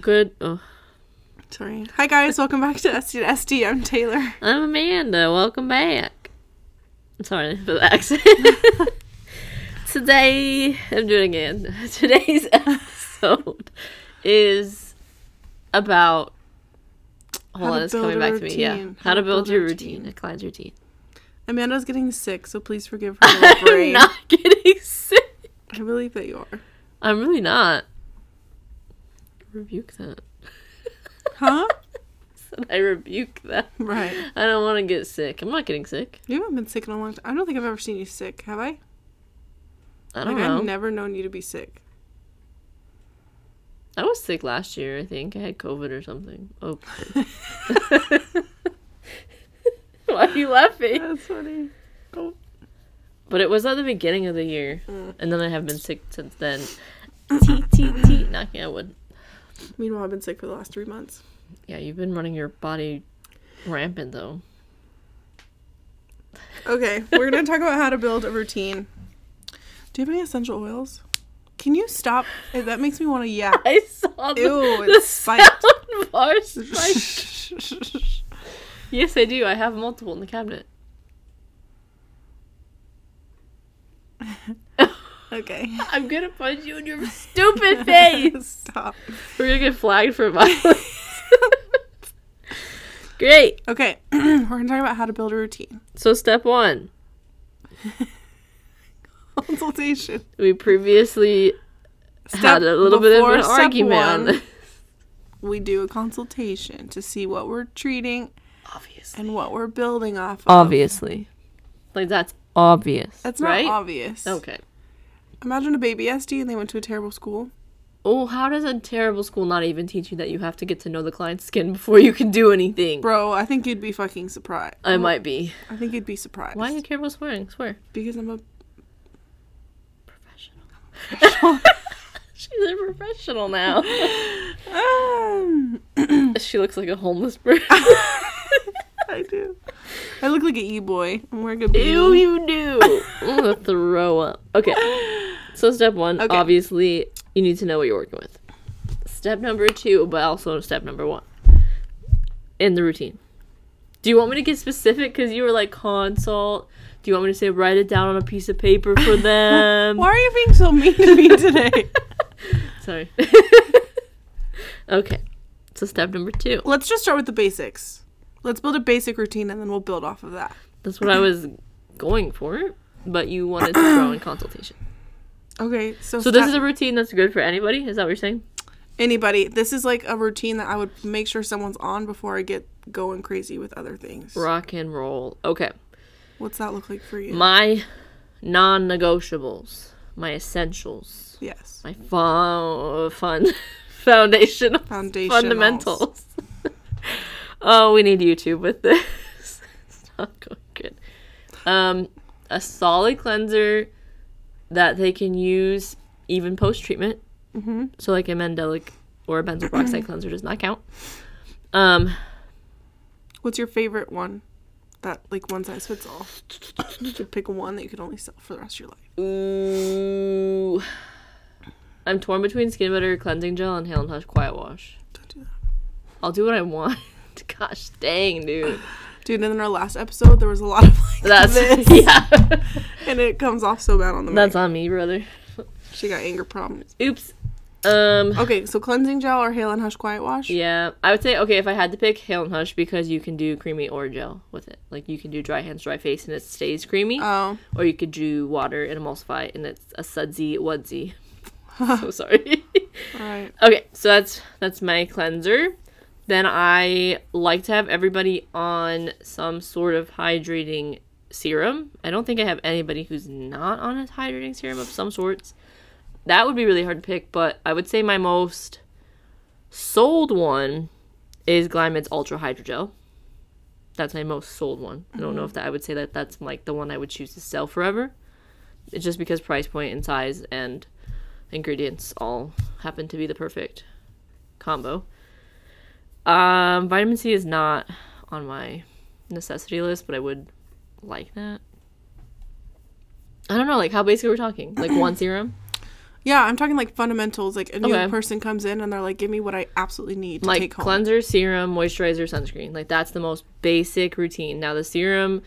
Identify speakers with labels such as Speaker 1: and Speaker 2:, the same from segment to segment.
Speaker 1: Good. Oh,
Speaker 2: Sorry. Hi guys, welcome back to SD to SD. I'm Taylor.
Speaker 1: I'm Amanda. Welcome back. I'm sorry for the accent. Today, I'm doing it again. Today's episode is about. Hold
Speaker 2: How to
Speaker 1: on, it's
Speaker 2: build
Speaker 1: coming
Speaker 2: a
Speaker 1: back to me. Yeah.
Speaker 2: routine.
Speaker 1: How to build your routine, a client's routine.
Speaker 2: Amanda's getting sick, so please forgive her little
Speaker 1: I'm
Speaker 2: brain.
Speaker 1: not getting sick.
Speaker 2: I believe that you are.
Speaker 1: I'm really not. Rebuke that.
Speaker 2: Huh?
Speaker 1: I rebuke that.
Speaker 2: Right.
Speaker 1: I don't want to get sick. I'm not getting sick.
Speaker 2: You haven't been sick in a long time. I don't think I've ever seen you sick, have I?
Speaker 1: I don't
Speaker 2: like
Speaker 1: know.
Speaker 2: I've never known you to be sick.
Speaker 1: I was sick last year, I think. I had COVID or something. Oh. Why are you laughing?
Speaker 2: That's funny. Oh.
Speaker 1: But it was at the beginning of the year.
Speaker 2: Mm.
Speaker 1: And then I have been sick since then. T T T knocking on wood.
Speaker 2: Meanwhile, I've been sick for the last three months.
Speaker 1: Yeah, you've been running your body rampant though.
Speaker 2: Okay, we're gonna talk about how to build a routine. Do you have any essential oils? Can you stop? Eh, That makes me want to yap.
Speaker 1: I saw the,
Speaker 2: Ew,
Speaker 1: the
Speaker 2: it spiked.
Speaker 1: sound bar spike. yes, I do. I have multiple in the cabinet.
Speaker 2: okay.
Speaker 1: I'm gonna punch you in your stupid face.
Speaker 2: Stop.
Speaker 1: We're gonna get flagged for violence. Great.
Speaker 2: Okay, we're gonna talk about how to build a routine.
Speaker 1: So step one,
Speaker 2: Consultation.
Speaker 1: we previously had
Speaker 2: Step
Speaker 1: a little bit of
Speaker 2: before
Speaker 1: an
Speaker 2: step
Speaker 1: argument on
Speaker 2: one,
Speaker 1: this.
Speaker 2: we do a consultation to see what we're treating
Speaker 1: Obviously.
Speaker 2: and what we're building off of.
Speaker 1: Obviously. Like that's obvious.
Speaker 2: That's not
Speaker 1: right?
Speaker 2: obvious.
Speaker 1: Okay.
Speaker 2: Imagine a baby SD and they went to a terrible school.
Speaker 1: Oh, how does a terrible school not even teach you that you have to get to know the client's skin before you can do anything?
Speaker 2: Bro, I think you'd be fucking surprised.
Speaker 1: I might be.
Speaker 2: I think you'd be surprised.
Speaker 1: Why do you care about swearing? Swear.
Speaker 2: Because I'm a
Speaker 1: Professional. She's a professional now.
Speaker 2: Um,
Speaker 1: she looks like a homeless person.
Speaker 2: I do. I look like an e boy. I'm wearing a
Speaker 1: Ew,
Speaker 2: beanie.
Speaker 1: you do. I'm gonna throw up. Okay. So step one,
Speaker 2: Okay.
Speaker 1: obviously, you need to know what you're working with. Step number two, but also step number one, in the routine. Do you want me to get specific? Because you were like consult. Do you want me to say write it down on a piece of paper for them?
Speaker 2: Why are you being so mean to me today?
Speaker 1: Sorry. okay. So step number two.
Speaker 2: Let's just start with the basics. Let's build a basic routine and then we'll build off of that.
Speaker 1: That's what I was going for, but you wanted to throw in consultation.
Speaker 2: Okay, so,
Speaker 1: So this
Speaker 2: step-
Speaker 1: is a routine that's good for anybody. Is that what you're saying?
Speaker 2: anybody. This is like a routine that I would make sure someone's on before I get going crazy with other things.
Speaker 1: Rock and roll. Okay.
Speaker 2: What's that look like for you?
Speaker 1: My non negotiables, my essentials,
Speaker 2: yes,
Speaker 1: my fun, fun foundational
Speaker 2: foundation
Speaker 1: fundamentals. oh, we need YouTube with this. it's not going good. Um, a solid cleanser that they can use even post treatment.
Speaker 2: Mm-hmm.
Speaker 1: So, like a Mandelic or a benzoyl peroxide cleanser does not count. Um,
Speaker 2: What's your favorite one? That like one size fits all. You could pick one that you could only sell for the rest of your life.
Speaker 1: Ooh. I'm torn between skin butter, cleansing gel, and Hale and Hush Quiet Wash.
Speaker 2: Don't do that.
Speaker 1: I'll do what I want. Gosh dang, dude.
Speaker 2: Dude, and in our last episode, there was a lot of like
Speaker 1: That's
Speaker 2: this,
Speaker 1: yeah.
Speaker 2: and it comes off so bad on the
Speaker 1: That's
Speaker 2: mic.
Speaker 1: on me, brother.
Speaker 2: She got anger problems.
Speaker 1: Oops. Um
Speaker 2: Okay, so cleansing gel or Hale and Hush Quiet Wash?
Speaker 1: yeah, I would say okay if I had to pick Hale and Hush because you can do creamy or gel with it. Like you can do dry hands, dry face, and it stays creamy,
Speaker 2: Oh,
Speaker 1: or you could do water and emulsify, and it's a sudsy wudsy. so sorry.
Speaker 2: all right.
Speaker 1: Okay, so that's that's my cleanser. Then I like to have everybody on some sort of hydrating serum. I don't think I have anybody who's not on a hydrating serum of some sorts. That would be really hard to pick, but I would say my most sold one is Glymed's Ultra Hydrogel. That's my most sold one. I don't know if that I would say that that's like the one I would choose to sell forever. It's just because price point and size and ingredients all happen to be the perfect combo. Um, vitamin C is not on my necessity list, but I would like that. I don't know, like how basic are we talking? Like one serum?
Speaker 2: Yeah, I'm talking like fundamentals. Like a new
Speaker 1: Okay.
Speaker 2: person comes in and they're like, "Give me what I absolutely need to
Speaker 1: like
Speaker 2: take home."
Speaker 1: cleanser, serum, moisturizer, sunscreen. Like that's the most basic routine. Now the serum,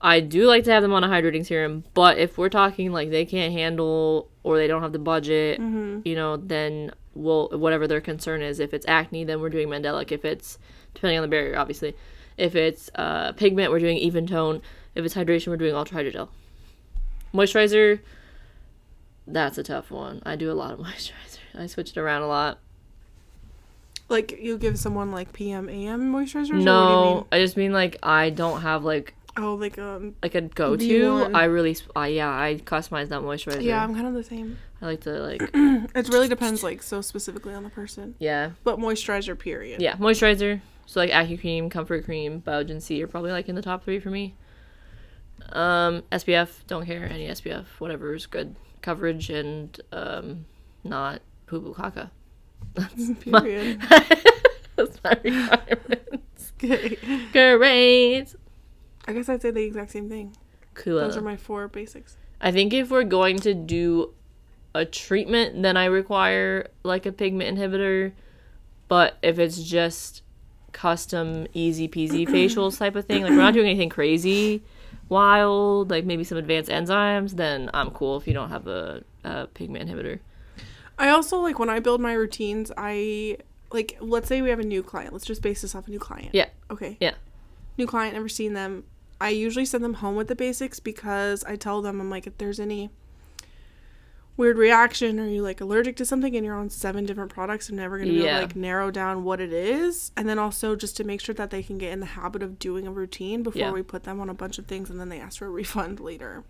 Speaker 1: I do like to have them on a hydrating serum, but if we're talking like they can't handle or they don't have the budget,
Speaker 2: Mm-hmm.
Speaker 1: you know, then we'll whatever their concern is. If it's acne, then we're doing Mandelic. If it's depending on the barrier, obviously. If it's uh, pigment, we're doing even tone. If it's hydration, we're doing ultra hydrogel. Moisturizer, that's a tough one. I do a lot of moisturizer. I switch it around a lot.
Speaker 2: like you give someone like PM AM moisturizers. or what do you
Speaker 1: No, I just mean like I don't have like
Speaker 2: mean? Oh, like um.
Speaker 1: like a go
Speaker 2: The
Speaker 1: to.
Speaker 2: one.
Speaker 1: I really, sp- I yeah, I customize that moisturizer.
Speaker 2: Yeah, I'm kind of the same.
Speaker 1: I like to like
Speaker 2: It really depends, like so specifically on the person.
Speaker 1: yeah
Speaker 2: But moisturizer, period.
Speaker 1: yeah moisturizer. So like Acne Cream, Comfort Cream, Biogen C are probably like in the top three for me. Um, SPF, don't care any SPF, whatever is good coverage and um, not poo poo caca.
Speaker 2: Period.
Speaker 1: That's my requirement.
Speaker 2: Okay.
Speaker 1: Great.
Speaker 2: I guess I'd say the exact same thing.
Speaker 1: Cool.
Speaker 2: Those are my four basics.
Speaker 1: I think if we're going to do a treatment, then I require like a pigment inhibitor. But if it's just custom, easy peasy facials type of thing, like we're not doing anything crazy, wild, like maybe some advanced enzymes, then I'm cool if you don't have a, a pigment inhibitor.
Speaker 2: I also like when I build my routines, I like let's say we have a new client. Let's just base this off a new client.
Speaker 1: Yeah.
Speaker 2: Okay.
Speaker 1: Yeah.
Speaker 2: New client, never seen them. I usually send them home with the basics because I tell them I'm like if there's any weird reaction or you like allergic to something and you're on seven different products, I'm never gonna be able
Speaker 1: Yeah.
Speaker 2: to like narrow down what it is. And then also just to make sure that they can get in the habit of doing a routine before
Speaker 1: Yeah.
Speaker 2: we put them on a bunch of things and then they ask for a refund later.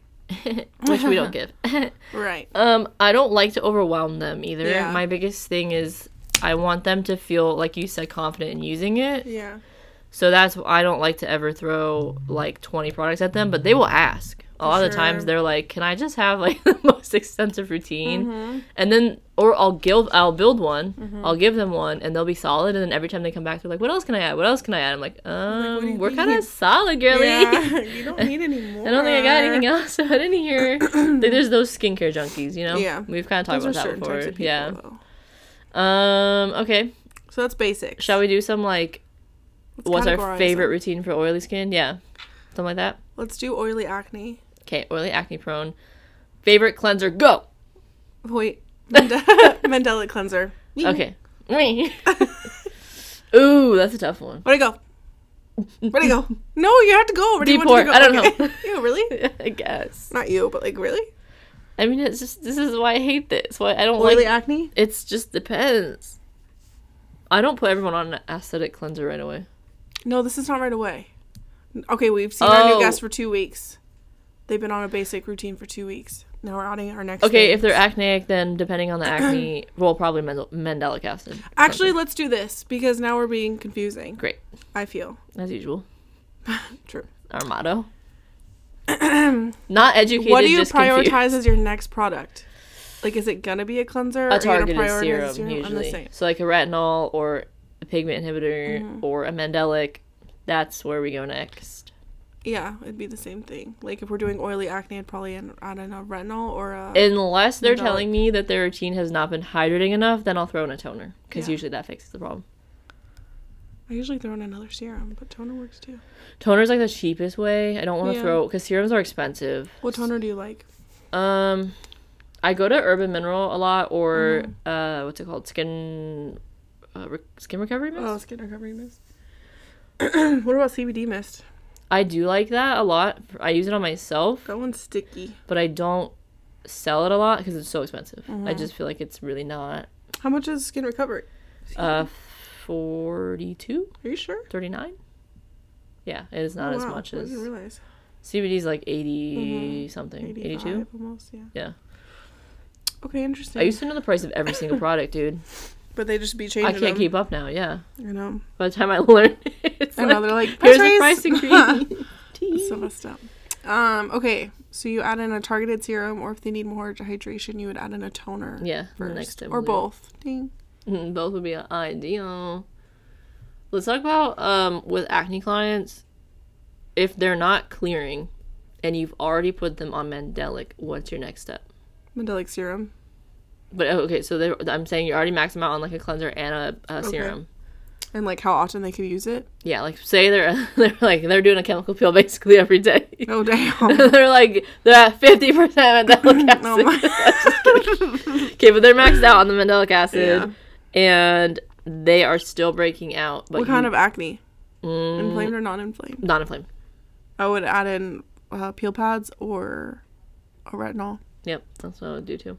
Speaker 1: Which we don't give.
Speaker 2: Right.
Speaker 1: Um, I don't like to overwhelm them either.
Speaker 2: Yeah.
Speaker 1: My biggest thing is I want them to feel, like you said, confident in using it.
Speaker 2: Yeah.
Speaker 1: So that's why I don't like to ever throw like 20 products at them, but they will ask. A lot of
Speaker 2: sure.
Speaker 1: times they're like, "Can I just have like the most extensive routine?"
Speaker 2: Mm-hmm.
Speaker 1: And then or I'll give I'll build one, I'll give them one and they'll be solid and then every time they come back they're like, "What else can I add? What else can I add?" I'm like, "Um,
Speaker 2: do you
Speaker 1: we're kind
Speaker 2: need?"
Speaker 1: of solid, girly."
Speaker 2: Yeah. you don't need any more.
Speaker 1: I don't think I got anything else to put in here. like, there's those skincare junkies, you know?
Speaker 2: Yeah.
Speaker 1: We've kind of talked
Speaker 2: Those
Speaker 1: about
Speaker 2: are
Speaker 1: that
Speaker 2: certain
Speaker 1: before.
Speaker 2: types of people,
Speaker 1: yeah.
Speaker 2: though.
Speaker 1: Um, okay.
Speaker 2: So that's basic.
Speaker 1: Shall we do some like
Speaker 2: Let's
Speaker 1: what's our
Speaker 2: categorize
Speaker 1: favorite
Speaker 2: them.
Speaker 1: routine for oily skin? Yeah. Something like that.
Speaker 2: Let's do oily acne.
Speaker 1: Okay, oily acne prone. Favorite cleanser, go.
Speaker 2: Wait, Mende- Mandela cleanser.
Speaker 1: Okay. Me. Ooh, that's a tough one.
Speaker 2: Where'd it go? Where'd it go? No, you have to go. Where do you
Speaker 1: Deep
Speaker 2: want it to
Speaker 1: pore.
Speaker 2: go?
Speaker 1: I don't know.
Speaker 2: you really?
Speaker 1: I guess.
Speaker 2: Not you, but like really?
Speaker 1: I mean, it's just this is why I hate this. Why I don't
Speaker 2: Oily
Speaker 1: like.
Speaker 2: acne?
Speaker 1: it's just depends. I don't put everyone on an acidic cleanser right away.
Speaker 2: No, this is not right away. Okay, we've seen our new
Speaker 1: Oh.
Speaker 2: guest for two weeks. They've been on a basic routine for two weeks. Now we're adding our next.
Speaker 1: Okay, if
Speaker 2: thing.
Speaker 1: they're acneic, then depending on the acne, well, probably mendel- mandelic acid.
Speaker 2: actually, let's do this because now we're being confusing.
Speaker 1: Great,
Speaker 2: I feel
Speaker 1: as usual,
Speaker 2: true.
Speaker 1: our motto. Not educated.
Speaker 2: what do you
Speaker 1: just confused.
Speaker 2: prioritize as your next product? Like, is it gonna be a cleanser?
Speaker 1: a
Speaker 2: or you're gonna
Speaker 1: targeted
Speaker 2: prioritize
Speaker 1: serum,
Speaker 2: I'm the
Speaker 1: usually.
Speaker 2: same. Mm-hmm.
Speaker 1: So like a retinol or a pigment inhibitor or a mandelic, that's where we go next.
Speaker 2: Yeah, it'd be the same thing. Like if we're doing oily acne, I'd probably add add in a retinol or a.
Speaker 1: Unless they're
Speaker 2: Mandelic.
Speaker 1: telling me that their routine has not been hydrating enough, then I'll throw in a toner because
Speaker 2: Yeah.
Speaker 1: usually that fixes the problem.
Speaker 2: I usually throw in another serum, but toner works too.
Speaker 1: Toner's like the cheapest way. I don't want to
Speaker 2: Yeah.
Speaker 1: throw because serums are expensive.
Speaker 2: What toner do you like?
Speaker 1: Um, I go to Urban Mineral a lot or
Speaker 2: Mm-hmm.
Speaker 1: uh, what's it called? Skin, uh, re- skin recovery mist.
Speaker 2: Oh, skin recovery mist. what about CBD mist?
Speaker 1: I do like that a lot. I use it on myself.
Speaker 2: That one's sticky.
Speaker 1: but I don't sell it a lot because it's so expensive.
Speaker 2: Mm-hmm.
Speaker 1: I just feel like it's really not.
Speaker 2: How much is skin recovery?
Speaker 1: Uh, 42,
Speaker 2: Are you sure?
Speaker 1: 39? Yeah, it is not
Speaker 2: Oh,
Speaker 1: as
Speaker 2: wow,
Speaker 1: much
Speaker 2: I
Speaker 1: as
Speaker 2: didn't realize.
Speaker 1: CBD is like 80
Speaker 2: Mm-hmm.
Speaker 1: something,
Speaker 2: 82?
Speaker 1: 82.
Speaker 2: almost. Yeah.
Speaker 1: Yeah,
Speaker 2: Okay, interesting.
Speaker 1: I used to know the price of every single product, dude.
Speaker 2: but they just be changing.
Speaker 1: I can't
Speaker 2: them.
Speaker 1: keep up now. Yeah,
Speaker 2: You know.
Speaker 1: by the time I learn, it's
Speaker 2: I know they're like
Speaker 1: here's
Speaker 2: price
Speaker 1: the
Speaker 2: raise.
Speaker 1: price increase.
Speaker 2: so messed up. Um. Okay. So you add in a targeted serum, or if they need more hydration, you would add in a toner.
Speaker 1: yeah, the
Speaker 2: First,
Speaker 1: next time we'll
Speaker 2: or
Speaker 1: do.
Speaker 2: both. Ding.
Speaker 1: Mm, Both would be ideal. Let's talk about um with acne clients, if they're not clearing, and you've already put them on Mandelic, what's your next step?
Speaker 2: Mandelic serum.
Speaker 1: But oh, okay, so they, I'm saying you're already maxing out on like a cleanser and a, a serum.
Speaker 2: and like how often they could use it.
Speaker 1: Yeah, like say they're they're like they're doing a chemical peel basically every day.
Speaker 2: Oh damn.
Speaker 1: they're like they're at fifty percent mandelic acid.
Speaker 2: Oh my-
Speaker 1: okay, but they're maxed out on the mandelic acid,
Speaker 2: Yeah.
Speaker 1: and they are still breaking out. But
Speaker 2: what kind
Speaker 1: you-
Speaker 2: of acne?
Speaker 1: Mm,
Speaker 2: Inflamed or not inflamed?
Speaker 1: not inflamed?
Speaker 2: I would add in uh, peel pads or a retinol.
Speaker 1: Yep, that's what I would do too.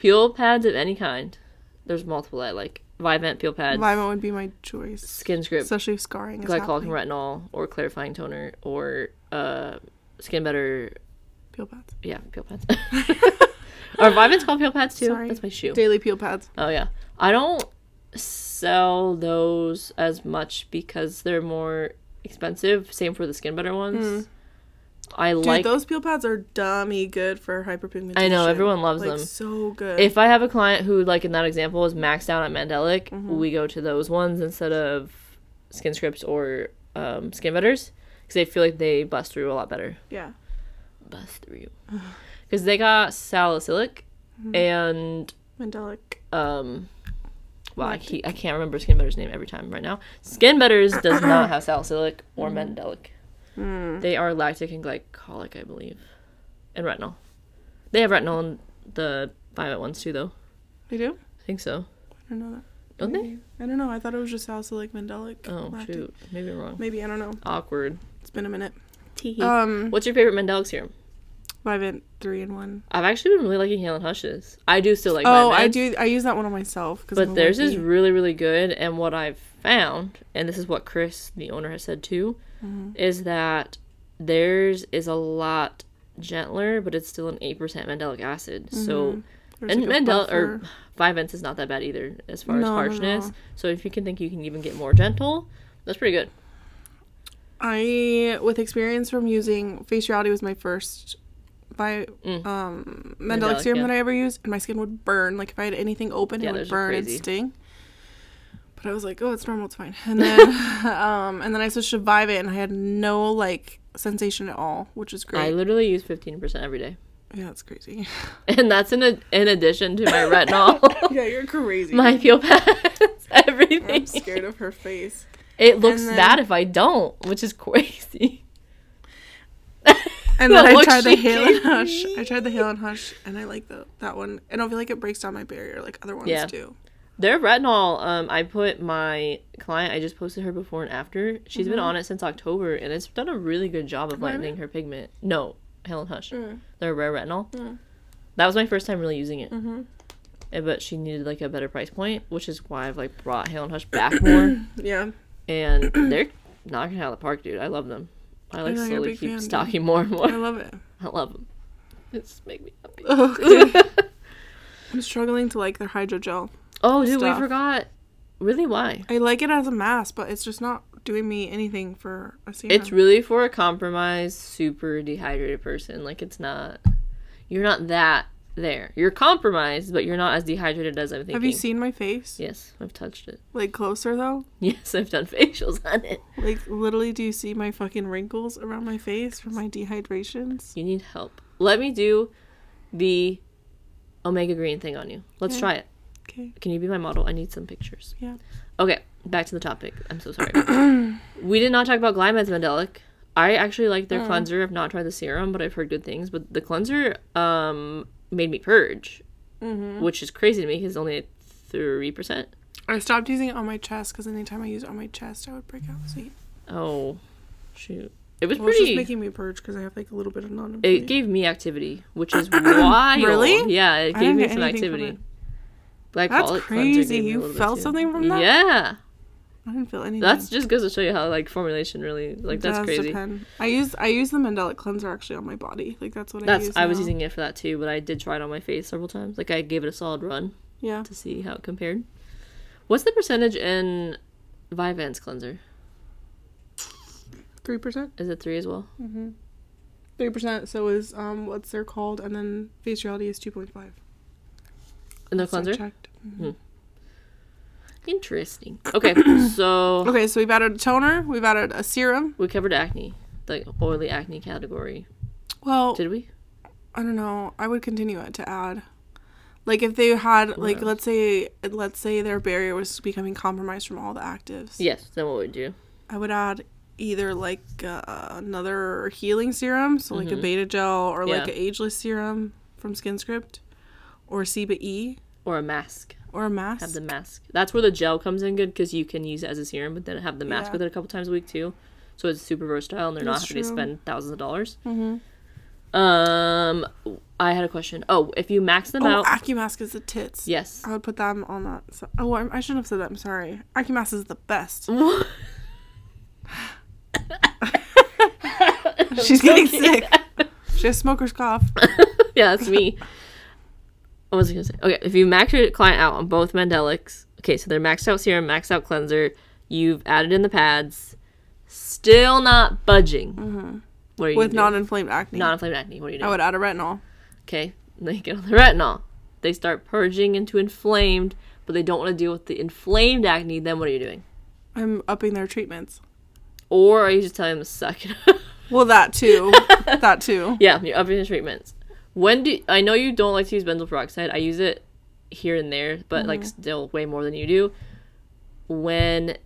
Speaker 1: Peel pads of any kind. There's multiple I like. Vivant peel pads,
Speaker 2: Lima would be my choice,
Speaker 1: skin script,
Speaker 2: especially if scarring is
Speaker 1: glycolic and
Speaker 2: happening.
Speaker 1: retinol, or clarifying toner, or uh, skin better.
Speaker 2: Peel pads.
Speaker 1: Yeah, peel pads. Are Vivant's called peel pads too?
Speaker 2: Sorry.
Speaker 1: That's my shoe.
Speaker 2: Daily peel pads.
Speaker 1: Oh yeah. I don't sell those as much because they're more expensive. Same for the skin better ones. I
Speaker 2: Mm. Dude,
Speaker 1: like
Speaker 2: those peel pads are dummy good for hyperpigmentation.
Speaker 1: I know, everyone loves
Speaker 2: like,
Speaker 1: them.
Speaker 2: So good.
Speaker 1: if I have a client who like in that example is maxed out at Mandelic, we go to those ones instead of skin scripts or um, skin betters because they feel like they bust through a lot better.
Speaker 2: yeah.
Speaker 1: Bust through Mm-hmm. because they got salicylic and
Speaker 2: Mandelic.
Speaker 1: um well I, keep, I can't remember skin better's name every time right now skin betters does not have salicylic or mandelic
Speaker 2: Hmm.
Speaker 1: they are lactic and glycolic i believe and retinol they have retinol in the violet ones too though
Speaker 2: They do?
Speaker 1: i think so
Speaker 2: I don't know that.
Speaker 1: don't they
Speaker 2: Maybe. I don't know. I thought it was just salicylic, mandelic.
Speaker 1: oh
Speaker 2: lactic.
Speaker 1: shoot maybe i'm wrong
Speaker 2: Maybe I don't know.
Speaker 1: awkward
Speaker 2: It's been a minute.
Speaker 1: Uh,
Speaker 2: Um,
Speaker 1: what's your favorite mandelic serum
Speaker 2: Vivant three in one.
Speaker 1: i've actually been really liking helen hush's i do still like
Speaker 2: oh,
Speaker 1: Vivant.
Speaker 2: I do. I use that one on myself. 'cause I'm
Speaker 1: But
Speaker 2: a
Speaker 1: theirs is
Speaker 2: lefty.
Speaker 1: really, really good. And what I've found, and this is what Chris, the owner, has said too,
Speaker 2: Mm-hmm.
Speaker 1: is that theirs is a lot gentler, but it's still an 8% mandelic acid. So,
Speaker 2: Mm-hmm. There's,
Speaker 1: and
Speaker 2: like, a
Speaker 1: mandel or
Speaker 2: buffer.
Speaker 1: 5 is not that bad either as far as
Speaker 2: No, no,
Speaker 1: harshness.
Speaker 2: no.
Speaker 1: So, if you can think you can even get more gentle, that's pretty good.
Speaker 2: I with experience from using Face Reality was my first by
Speaker 1: Mm.
Speaker 2: um
Speaker 1: Mandelic,
Speaker 2: mandelic serum
Speaker 1: yeah.
Speaker 2: that I ever used, and my skin would burn. Like if I had anything open,
Speaker 1: Yeah,
Speaker 2: it
Speaker 1: theirs
Speaker 2: would
Speaker 1: are
Speaker 2: burn and
Speaker 1: crazy.
Speaker 2: sting. But I was like, oh, it's normal, it's fine. And then um and then I switched to Vivant, and I had no like sensation at all, which is
Speaker 1: I
Speaker 2: great.
Speaker 1: literally use 15% every day.
Speaker 2: yeah, that's crazy.
Speaker 1: And that's in, a, in addition to my retinol,
Speaker 2: yeah, you're crazy.
Speaker 1: my peel pads, everything.
Speaker 2: I'm scared of her face.
Speaker 1: It looks
Speaker 2: then-
Speaker 1: bad if I don't, which is crazy.
Speaker 2: And
Speaker 1: The
Speaker 2: then I
Speaker 1: look
Speaker 2: tried the
Speaker 1: she gave
Speaker 2: Halen Hush.
Speaker 1: me.
Speaker 2: I tried the Halen Hush, and I like the, that one. And I feel like it breaks down my barrier like other ones
Speaker 1: Yeah.
Speaker 2: do.
Speaker 1: Their retinol, um, I put my client, I just posted her before and after. She's been
Speaker 2: Mm-hmm.
Speaker 1: on it since October and it's done a really good job of
Speaker 2: Violet?
Speaker 1: lightening her pigment. No, Helen Hush.
Speaker 2: Mm.
Speaker 1: Their rare retinol.
Speaker 2: Mm.
Speaker 1: That was my first time really using it.
Speaker 2: Mhm.
Speaker 1: Eh, But she needed like a better price point, which is why I've like brought Helen Hush back more.
Speaker 2: Yeah.
Speaker 1: and they're knocking it out of the park, dude. I love them. I like
Speaker 2: know, you're a
Speaker 1: slowly
Speaker 2: big
Speaker 1: keep
Speaker 2: fan, dude.
Speaker 1: stocking more and
Speaker 2: I
Speaker 1: more.
Speaker 2: love it.
Speaker 1: I love them. It's make me happy.
Speaker 2: Okay. I'm struggling to like their hydrogel.
Speaker 1: Oh, dude,
Speaker 2: stuff.
Speaker 1: we forgot. Really, why?
Speaker 2: I like it as a mask, but it's just not doing me anything for a serum.
Speaker 1: It's really for a compromised, super dehydrated person. Like, it's not. You're not that there. You're compromised, but you're not as dehydrated as I'm thinking.
Speaker 2: Have you seen my face?
Speaker 1: Yes, I've touched it.
Speaker 2: Like closer though?
Speaker 1: Yes, I've done facials on it.
Speaker 2: Like literally, do you see my fucking wrinkles around my face from my dehydrations?
Speaker 1: You need help. Let me do the omega green thing on you. Let's
Speaker 2: Okay.
Speaker 1: try it.
Speaker 2: Okay.
Speaker 1: Can you be my model? I need some pictures.
Speaker 2: Yeah.
Speaker 1: Okay, back to the topic. I'm so sorry. we did not talk about Glymed's Mandelic. I actually like
Speaker 2: Mm.
Speaker 1: their cleanser. I've not tried the serum, but I've heard good things. But the cleanser um made me purge,
Speaker 2: Mm.
Speaker 1: which is crazy to me because it's only at three percent.
Speaker 2: I stopped using it on my chest because anytime I use it on my chest, I would break out. So
Speaker 1: Oh, shoot! It was
Speaker 2: Well, it's just
Speaker 1: pretty.
Speaker 2: making me purge because I have like a little bit of non.
Speaker 1: it gave me activity, which is wild.
Speaker 2: Really?
Speaker 1: Yeah, it gave
Speaker 2: I didn't
Speaker 1: me
Speaker 2: get
Speaker 1: some
Speaker 2: anything from
Speaker 1: activity.
Speaker 2: it.
Speaker 1: Glycolic
Speaker 2: That's
Speaker 1: cleanser
Speaker 2: crazy.
Speaker 1: gave me a
Speaker 2: You
Speaker 1: little bit,
Speaker 2: felt
Speaker 1: too.
Speaker 2: something from that?
Speaker 1: Yeah,
Speaker 2: I didn't feel anything.
Speaker 1: that's just goes to show you how like formulation really like that's
Speaker 2: Does
Speaker 1: crazy.
Speaker 2: depend. I use I use the Mandelic cleanser actually on my body. Like that's what I
Speaker 1: That's
Speaker 2: use.
Speaker 1: I was
Speaker 2: now.
Speaker 1: using it for that too, but I did try it on my face several times. Like I gave it a solid run
Speaker 2: Yeah,
Speaker 1: to see how it compared. What's the percentage in Vyvanse cleanser?
Speaker 2: three percent.
Speaker 1: Is it three as well?
Speaker 2: Three percent. So is um what's they're called, and then Face Reality is two point five.
Speaker 1: In the cleanser?
Speaker 2: checked.
Speaker 1: Interesting. Okay, so
Speaker 2: Okay, so we've added a toner. We've added a serum.
Speaker 1: we covered acne, the oily acne category.
Speaker 2: Well,
Speaker 1: Did we?
Speaker 2: I don't know. I would continue it to add Like if they had like
Speaker 1: knows?
Speaker 2: let's say let's say their barrier was becoming compromised from all the actives.
Speaker 1: Yes, then what would you do?
Speaker 2: I would add either like uh, another healing serum, so like a beta gel or like
Speaker 1: Mm-hmm. Yeah.
Speaker 2: an ageless serum from SkinScript, or CBE
Speaker 1: Or a mask?
Speaker 2: or a mask.
Speaker 1: Have the mask. That's where the gel comes in good because you can use it as a serum, but then have the mask
Speaker 2: Yeah.
Speaker 1: with it a couple times a week too. So it's super versatile, and they're
Speaker 2: That's
Speaker 1: not having to
Speaker 2: true.
Speaker 1: spend thousands of dollars. Mm-hmm. Um, I had a question. Oh, if you max them
Speaker 2: oh,
Speaker 1: out,
Speaker 2: AccuMask is the tits.
Speaker 1: yes.
Speaker 2: I would put them on that. So, oh, I, I shouldn't have said that. I'm sorry. AccuMask is the best. She's getting sick. She has smoker's cough.
Speaker 1: yeah, that's me. what was I gonna say? Okay, if you max your client out on both Mandelics, okay, so they're maxed out serum, maxed out cleanser. You've added in the pads, still not budging. What are you
Speaker 2: Mm-hmm. with
Speaker 1: gonna do?
Speaker 2: non-inflamed acne.
Speaker 1: non-inflamed acne? What are you doing?
Speaker 2: I would add a retinol.
Speaker 1: Okay, they get on the retinol. They start purging into inflamed, but they don't want to deal with the inflamed acne. Then what are you doing?
Speaker 2: I'm upping their treatments.
Speaker 1: Or are you just telling them to suck it up?
Speaker 2: Well, that too. that too.
Speaker 1: yeah, you're upping the treatments. When do I know you don't like to use benzoyl peroxide? I use it here and there, but like
Speaker 2: Mm-hmm.
Speaker 1: still way more than you do. When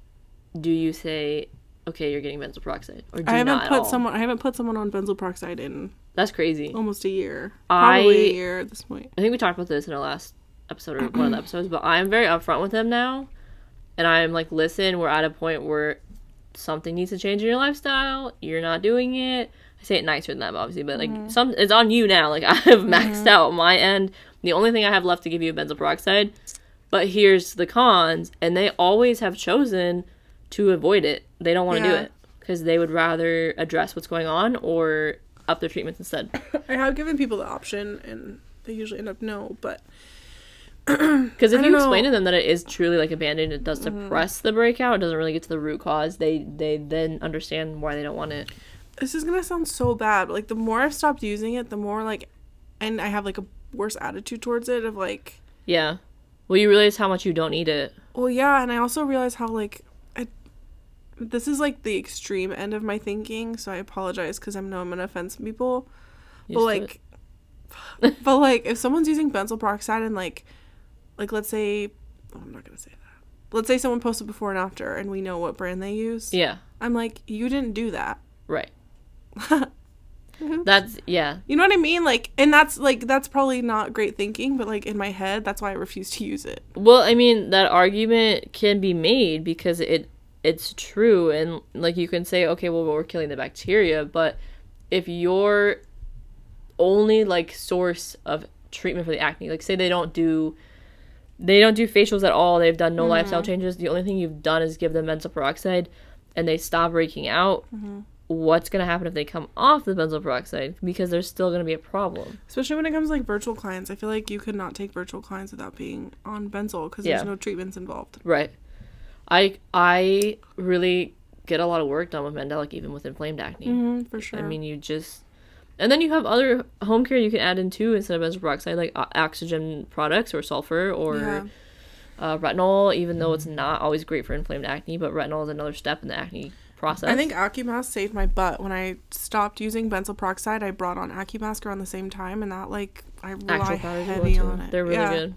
Speaker 1: do you say, okay, you're getting benzoyl peroxide, or do
Speaker 2: I
Speaker 1: not
Speaker 2: haven't
Speaker 1: at
Speaker 2: put
Speaker 1: all?
Speaker 2: someone. I haven't put someone on benzoyl peroxide in
Speaker 1: That's crazy.
Speaker 2: almost a year. Probably
Speaker 1: I-
Speaker 2: a year at this point.
Speaker 1: I think we talked about this in our last episode or one of the episodes, but I'm very upfront with them now. And I'm like, listen, we're at a point where something needs to change in your lifestyle. You're not doing it. I say it nicer than that, obviously, but like, some it's on you now. Like, I have maxed out my end. The only thing I have left to give you is benzoyl peroxide. But here's the cons, and they always have chosen to avoid it. They don't want to do
Speaker 2: Yeah.
Speaker 1: it because they would rather address what's going on or up their treatments instead.
Speaker 2: I have given people the option, and they usually end up no. But
Speaker 1: Because if
Speaker 2: I
Speaker 1: you
Speaker 2: don't
Speaker 1: explain
Speaker 2: know. Mm-hmm.
Speaker 1: to them that it is truly like a band-aid, it does suppress the breakout. It doesn't really get to the root cause. They they then understand why they don't want it.
Speaker 2: this is gonna sound so bad. But, like the more I've stopped using it, the more like, and I have like a worse attitude towards it. Of like,
Speaker 1: Yeah. Well, you realize how much you don't need it.
Speaker 2: Well, yeah, and I also realize how like I, this is like the extreme end of my thinking, so I apologize because I know I'm gonna offend some people.
Speaker 1: You
Speaker 2: but
Speaker 1: just do it.
Speaker 2: like, but like, if someone's using benzoyl peroxide and like, like let's say, oh, I'm not gonna say that. Let's say someone posted before and after, and we know what brand they use.
Speaker 1: yeah,
Speaker 2: I'm like, you didn't do that.
Speaker 1: right.
Speaker 2: Mm-hmm.
Speaker 1: That's yeah.
Speaker 2: You know what I mean? Like, and that's like that's probably not great thinking, but like in my head, that's why I refuse to use it.
Speaker 1: Well, I mean that argument can be made because it it's true, and like you can say, okay, well we're killing the bacteria, but if your only like source of treatment for the acne, like say they don't do they don't do facials at all, they've done no lifestyle changes. The only thing you've done is give them benzoyl peroxide, and they stop breaking out. What's gonna happen if they come off the benzoyl peroxide? Because there's still gonna be a problem.
Speaker 2: Especially when it comes to like virtual clients, I feel like you could not take virtual clients without being on benzoyl because
Speaker 1: Yeah.
Speaker 2: there's no treatments involved.
Speaker 1: Right. I I really get a lot of work done with Mandelic, even with inflamed acne.
Speaker 2: Mm, for sure.
Speaker 1: I mean, you just and then you have other home care you can add in too instead of benzoyl peroxide, like o- oxygen products or sulfur or
Speaker 2: Yeah. Mm-hmm.
Speaker 1: uh, retinol. Even though it's not always great for inflamed acne, but retinol is another step in the acne process.
Speaker 2: I think AccuMask saved my butt when I stopped using benzoyl peroxide. I brought on AccuMask around the same time, and that like I rely
Speaker 1: powders you
Speaker 2: heavy
Speaker 1: want
Speaker 2: on
Speaker 1: to.
Speaker 2: it.
Speaker 1: They're really
Speaker 2: Yeah.
Speaker 1: good.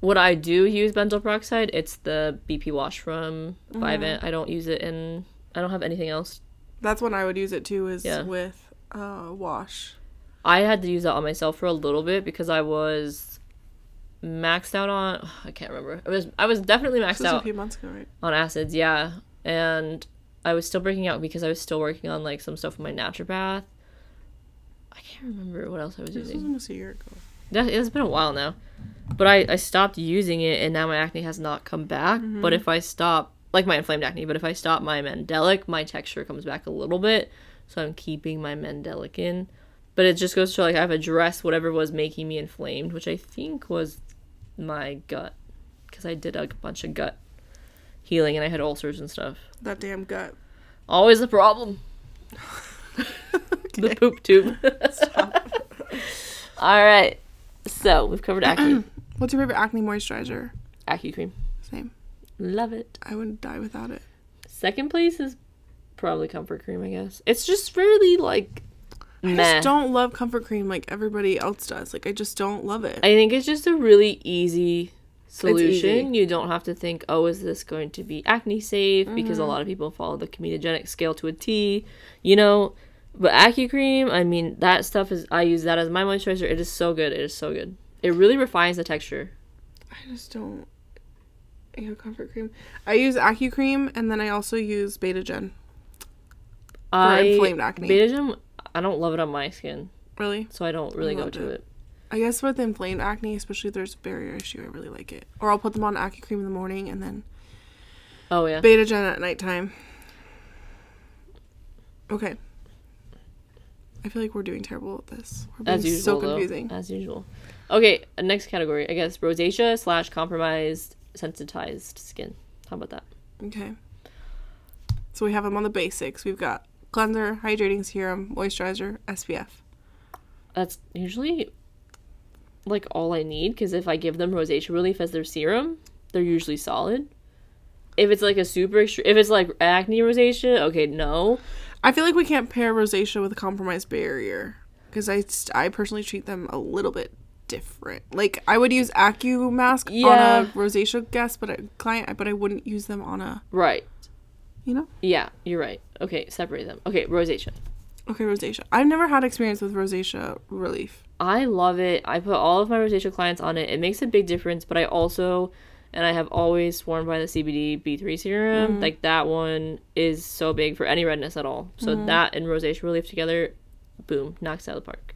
Speaker 1: What I do use benzoyl peroxide, it's the BP wash from Vivint.
Speaker 2: Mm-hmm.
Speaker 1: I don't use it in. I don't have anything else
Speaker 2: That's when I would use it too, is
Speaker 1: Yeah.
Speaker 2: with uh, wash.
Speaker 1: I had to use that on myself for a little bit because I was maxed out on I can't remember. I was I was definitely
Speaker 2: This
Speaker 1: maxed
Speaker 2: was a
Speaker 1: out
Speaker 2: few months ago, right?
Speaker 1: on acids, yeah. And I was still breaking out because I was still working on like some stuff with my naturopath. I can't remember what else I was
Speaker 2: This was
Speaker 1: using.
Speaker 2: almost a year ago.
Speaker 1: That, it's been a while now. But I, I stopped using it and now my acne has not come back. But if I stop, like my inflamed acne, but if I stop my Mandelic, my texture comes back a little bit. So I'm keeping my Mandelic in. But it just goes to like I've addressed whatever was making me inflamed, which I think was my gut. Because I did a bunch of gut healing and I had ulcers and stuff.
Speaker 2: That damn gut.
Speaker 1: Always a problem. The poop tube. All right. So we've covered acne.
Speaker 2: What's your favorite acne moisturizer?
Speaker 1: acne cream.
Speaker 2: Same.
Speaker 1: Love it.
Speaker 2: I would die without it.
Speaker 1: Second place is probably comfort cream, I guess. It's just really like
Speaker 2: I
Speaker 1: meh.
Speaker 2: just don't love comfort cream like everybody else does. Like I just don't love it.
Speaker 1: I think it's just a really easy solution.
Speaker 3: easy.
Speaker 1: You don't have to think, oh, is this going to be acne safe? Because
Speaker 2: Mm-hmm.
Speaker 1: a lot of people follow the comedogenic scale to a T, you know. But AccuCream, I mean, that stuff is, I use that as my moisturizer. It is so good. It is so good. It really refines the texture.
Speaker 2: I just don't. Yeah, comfort cream. I use AccuCream and then I also use Betagen.
Speaker 1: I,
Speaker 2: inflamed acne.
Speaker 1: Betagen, I don't love it on my skin,
Speaker 2: Really?
Speaker 1: so I don't really go
Speaker 2: Loved
Speaker 1: to
Speaker 2: it.
Speaker 1: it.
Speaker 2: I guess with inflamed acne, especially if there's a barrier issue, I really like it. Or I'll put them on AccuCream in the morning and then
Speaker 1: Oh, yeah.
Speaker 2: Betagen at nighttime. Okay. I feel like we're doing terrible at this. We're being
Speaker 1: As usual.
Speaker 2: so
Speaker 1: though.
Speaker 2: confusing.
Speaker 1: As usual. Okay, next category, I guess rosacea slash compromised sensitized skin. How about that?
Speaker 2: Okay. So we have them on the basics. We've got cleanser, hydrating serum, moisturizer, SPF.
Speaker 1: that's usually like all I need because if I give them rosacea relief as their serum, they're usually solid. If it's like a super extreme, if it's like acne rosacea, okay, no.
Speaker 2: I feel like we can't pair rosacea with a compromised barrier because I, st- I personally treat them a little bit different. Like I would use Acu mask on
Speaker 1: Yeah.
Speaker 2: a rosacea guest, but a client, but I wouldn't use them on a
Speaker 1: Right.
Speaker 2: you know.
Speaker 1: Yeah, you're right. Okay, separate them. Okay, rosacea.
Speaker 2: Okay, rosacea. I've never had experience with rosacea relief.
Speaker 1: I love it. I put all of my rosacea clients on it. It makes a big difference, but I also, and I have always sworn by the CBD B3 serum, like that one is so big for any redness at all. So that and rosacea relief together, boom, knocks it out of the park.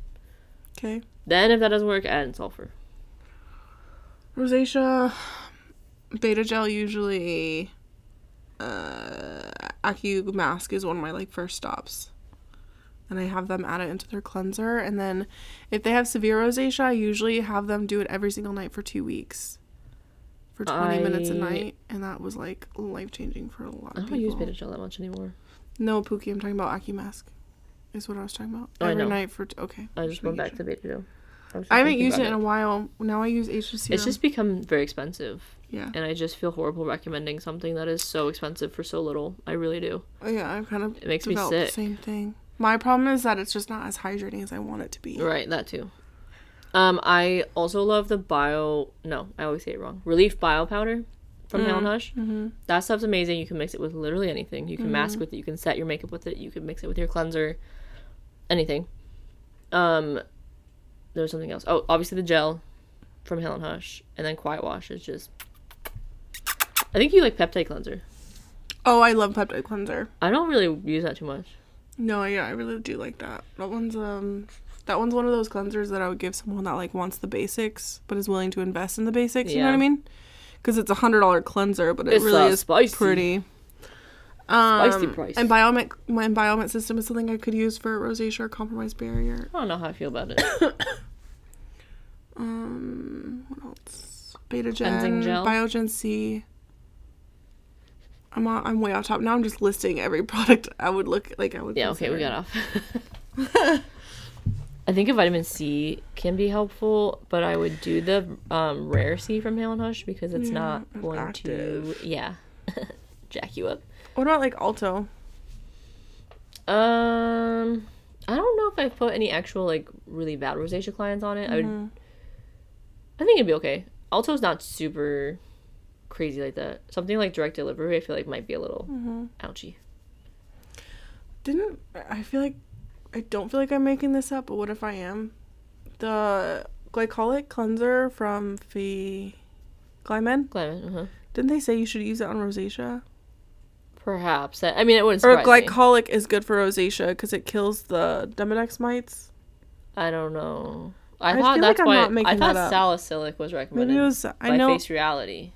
Speaker 2: Okay,
Speaker 1: Then if that doesn't work, add in sulfur.
Speaker 2: rosacea, beta gel usually. Uh, Acu mask is one of my like first stops. And I have them add it into their cleanser, and then if they have severe rosacea, I usually have them do it every single night for two weeks, for twenty minutes a
Speaker 1: I-
Speaker 2: night, and that was like life changing for a lot
Speaker 1: I
Speaker 2: of
Speaker 1: don't
Speaker 2: people.
Speaker 1: use beta gel that much anymore.
Speaker 2: no, Pookie, I'm talking about Acu mask, is what I was talking about.
Speaker 1: Oh, I
Speaker 2: every
Speaker 1: know.
Speaker 2: night for t- okay.
Speaker 1: I just went
Speaker 2: making
Speaker 1: back
Speaker 2: sure.
Speaker 1: to beta gel. was just
Speaker 2: I haven't
Speaker 1: thinking
Speaker 2: used it
Speaker 1: about
Speaker 2: in a while. Now I use HC.
Speaker 1: It's just become very expensive,
Speaker 2: yeah,
Speaker 1: and I just feel horrible recommending something that is so expensive for so little. I really do.
Speaker 2: Oh, yeah. I've kind of
Speaker 1: It makes me
Speaker 2: developed the
Speaker 1: sick.
Speaker 2: same thing. My problem is that it's just not as hydrating as I want it to be.
Speaker 1: Right, that too. Um, I also love the bio. No, I always say it wrong. Relief bio powder
Speaker 2: Mm.
Speaker 1: from Hale and Hush. Mm-hmm. That stuff's amazing. You can mix it with literally anything. You can mask with it. You can set your makeup with it. You can mix it with your cleanser. Anything. Um, there's something else. Oh, obviously the gel from Hale and Hush, and then Quiet Wash is just. I think you like peptide cleanser.
Speaker 2: Oh, I love peptide cleanser.
Speaker 1: I don't really use that too much.
Speaker 2: No, yeah, I really do like that. That one's um, that one's one of those cleansers that I would give someone that like wants the basics but is willing to invest in the basics. You know what I
Speaker 1: Yeah.
Speaker 2: mean? Because it's a hundred dollar cleanser, but it
Speaker 1: It's
Speaker 2: really
Speaker 1: not
Speaker 2: is
Speaker 1: spicy.
Speaker 2: pretty. Um,
Speaker 1: price.
Speaker 2: And biomic, my biomic system is something I could use for rosacea or compromised barrier.
Speaker 1: I don't know how I feel about it.
Speaker 2: Um, what else? Beta
Speaker 1: Cleansing
Speaker 2: Gen,
Speaker 1: gel?
Speaker 2: Biogen C. I'm on, I'm way off top now. I'm just listing every product I would look like I would.
Speaker 1: Yeah, okay, we
Speaker 2: consider.
Speaker 1: got off. I think a vitamin C can be helpful, but I would do the um, rare C from Hale and Hush because it's
Speaker 2: Yeah,
Speaker 1: not
Speaker 2: it's
Speaker 1: going
Speaker 2: active.
Speaker 1: to yeah jack you up.
Speaker 2: What about like Alto?
Speaker 1: Um, I don't know if I've put any actual like really bad rosacea clients on it. I
Speaker 2: Mm-hmm.
Speaker 1: would. I think it'd be okay. Alto's not super crazy like that. Something like direct delivery, I feel like might be a little
Speaker 2: Mm.
Speaker 1: ouchy.
Speaker 2: Mm-hmm. Didn't I feel like I don't feel like I'm making this up, but what if I am? The glycolic cleanser from the Glymen.
Speaker 1: Clement, uh-huh.
Speaker 2: Didn't they say you should use it on rosacea?
Speaker 1: perhaps. I mean, it wouldn't
Speaker 2: Or
Speaker 1: surprise me.
Speaker 2: glycolic is good for rosacea because it kills the Demodex mites.
Speaker 1: I don't know. I,
Speaker 2: I
Speaker 1: thought
Speaker 2: feel like
Speaker 1: that's
Speaker 2: I'm
Speaker 1: why
Speaker 2: not making
Speaker 1: I thought
Speaker 2: that up.
Speaker 1: salicylic was recommended
Speaker 2: Maybe it was.
Speaker 1: by
Speaker 2: I know
Speaker 1: Face Reality.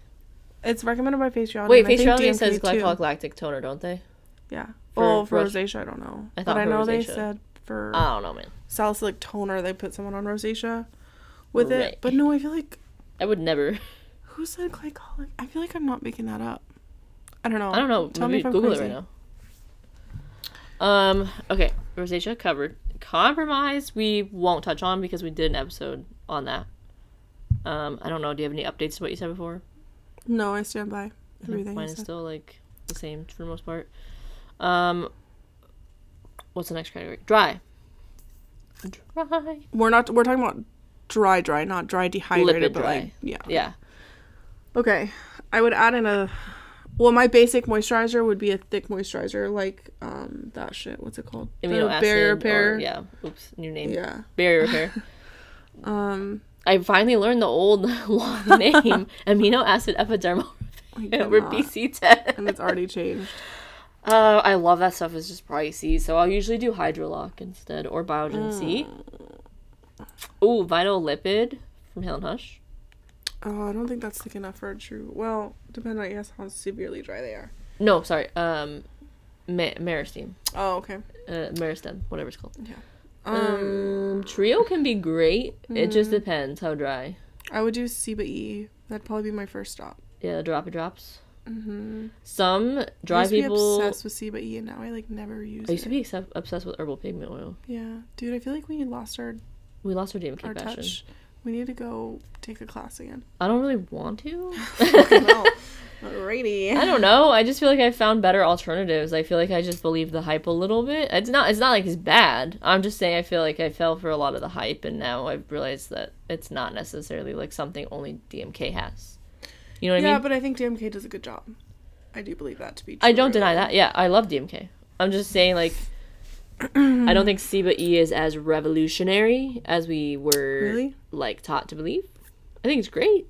Speaker 2: It's recommended by Face Reality.
Speaker 1: Wait,
Speaker 2: and I
Speaker 1: Face
Speaker 2: think
Speaker 1: Reality
Speaker 2: DMK
Speaker 1: says
Speaker 2: too.
Speaker 1: glycolactic toner, don't they?
Speaker 2: Yeah.
Speaker 1: for
Speaker 2: well, for
Speaker 1: ros-
Speaker 2: rosacea, I don't know.
Speaker 1: I thought
Speaker 2: but I
Speaker 1: for
Speaker 2: know they
Speaker 1: rosacea. Ah.
Speaker 2: said for
Speaker 1: I don't know, man.
Speaker 2: salicylic toner, they put someone on rosacea with it.
Speaker 1: Right.
Speaker 2: But no, I feel like
Speaker 1: I would never.
Speaker 2: who said glycolic? I feel like I'm not making that up. I don't know.
Speaker 1: I don't know.
Speaker 2: Tell me
Speaker 1: Maybe
Speaker 2: if I'm
Speaker 1: Google
Speaker 2: crazy.
Speaker 1: it right now. Um. Okay. Rosacea covered. Compromise. We won't touch on because we did an episode on that. Um. I don't know. Do you have any updates to what you said before?
Speaker 2: No, I stand by
Speaker 1: I think
Speaker 2: everything. I
Speaker 1: Mine is
Speaker 2: said.
Speaker 1: still like the same for the most part. Um. What's the next category? Dry. Dry.
Speaker 2: We're not. We're talking about dry, dry, not dry dehydrated,
Speaker 1: Lipid
Speaker 2: but
Speaker 1: dry.
Speaker 2: like yeah.
Speaker 1: Yeah.
Speaker 2: Okay, I would add in a. Well, my basic moisturizer would be a thick moisturizer, like um that shit. What's it called? The
Speaker 1: Amino acid.
Speaker 2: barrier
Speaker 1: or-
Speaker 2: repair.
Speaker 1: yeah. Oops. New name.
Speaker 2: Yeah.
Speaker 1: Barrier repair.
Speaker 2: Um.
Speaker 1: I finally learned the old long name amino acid epidermal
Speaker 2: I
Speaker 1: repair, or
Speaker 2: cannot.
Speaker 1: BC10.
Speaker 2: and it's already changed.
Speaker 1: Uh, I love that stuff. It's just pricey, so I'll usually do Hydrolock instead or Biogen C.
Speaker 2: Uh.
Speaker 1: Ooh, Vital Lipid from Helen Hush.
Speaker 2: Oh, I don't think that's thick enough for a true. Well, depending on yes how severely dry they are.
Speaker 1: No, sorry. Um, Ma- Meristem.
Speaker 2: Oh, okay.
Speaker 1: Uh, Meristem, whatever it's called.
Speaker 2: Yeah.
Speaker 1: Um, Trio can be great. It just
Speaker 2: Mm-hmm.
Speaker 1: depends how dry.
Speaker 2: I would do CBE. That'd probably be my first stop.
Speaker 1: Yeah, drop it drops.
Speaker 2: Mm-hmm.
Speaker 1: Some
Speaker 2: I
Speaker 1: dry
Speaker 2: used to be
Speaker 1: people.
Speaker 2: obsessed with CBE, and now I like never use
Speaker 1: I used to
Speaker 2: it.
Speaker 1: be obsess- obsessed with herbal pigment oil.
Speaker 2: Yeah, dude, I feel like we lost our
Speaker 1: We lost our DMK
Speaker 2: our
Speaker 1: fashion.
Speaker 2: touch. We need to go take a class again.
Speaker 1: I don't really want to.
Speaker 2: Well, Alrighty.
Speaker 1: I don't know. I just feel like I found better alternatives. I feel like I just believe the hype a little bit. It's not. It's not like it's bad. I'm just saying. I feel like I fell for a lot of the hype, and now I've realized that it's not necessarily like something only DMK has. You know what I
Speaker 2: yeah,
Speaker 1: mean?
Speaker 2: but I think DMK does a good job. I do believe that to be true.
Speaker 1: I don't deny that. Yeah, I love DMK. I'm just saying like. I don't think Siba E is as revolutionary as we were
Speaker 2: Really?
Speaker 1: like taught to believe. I think it's great.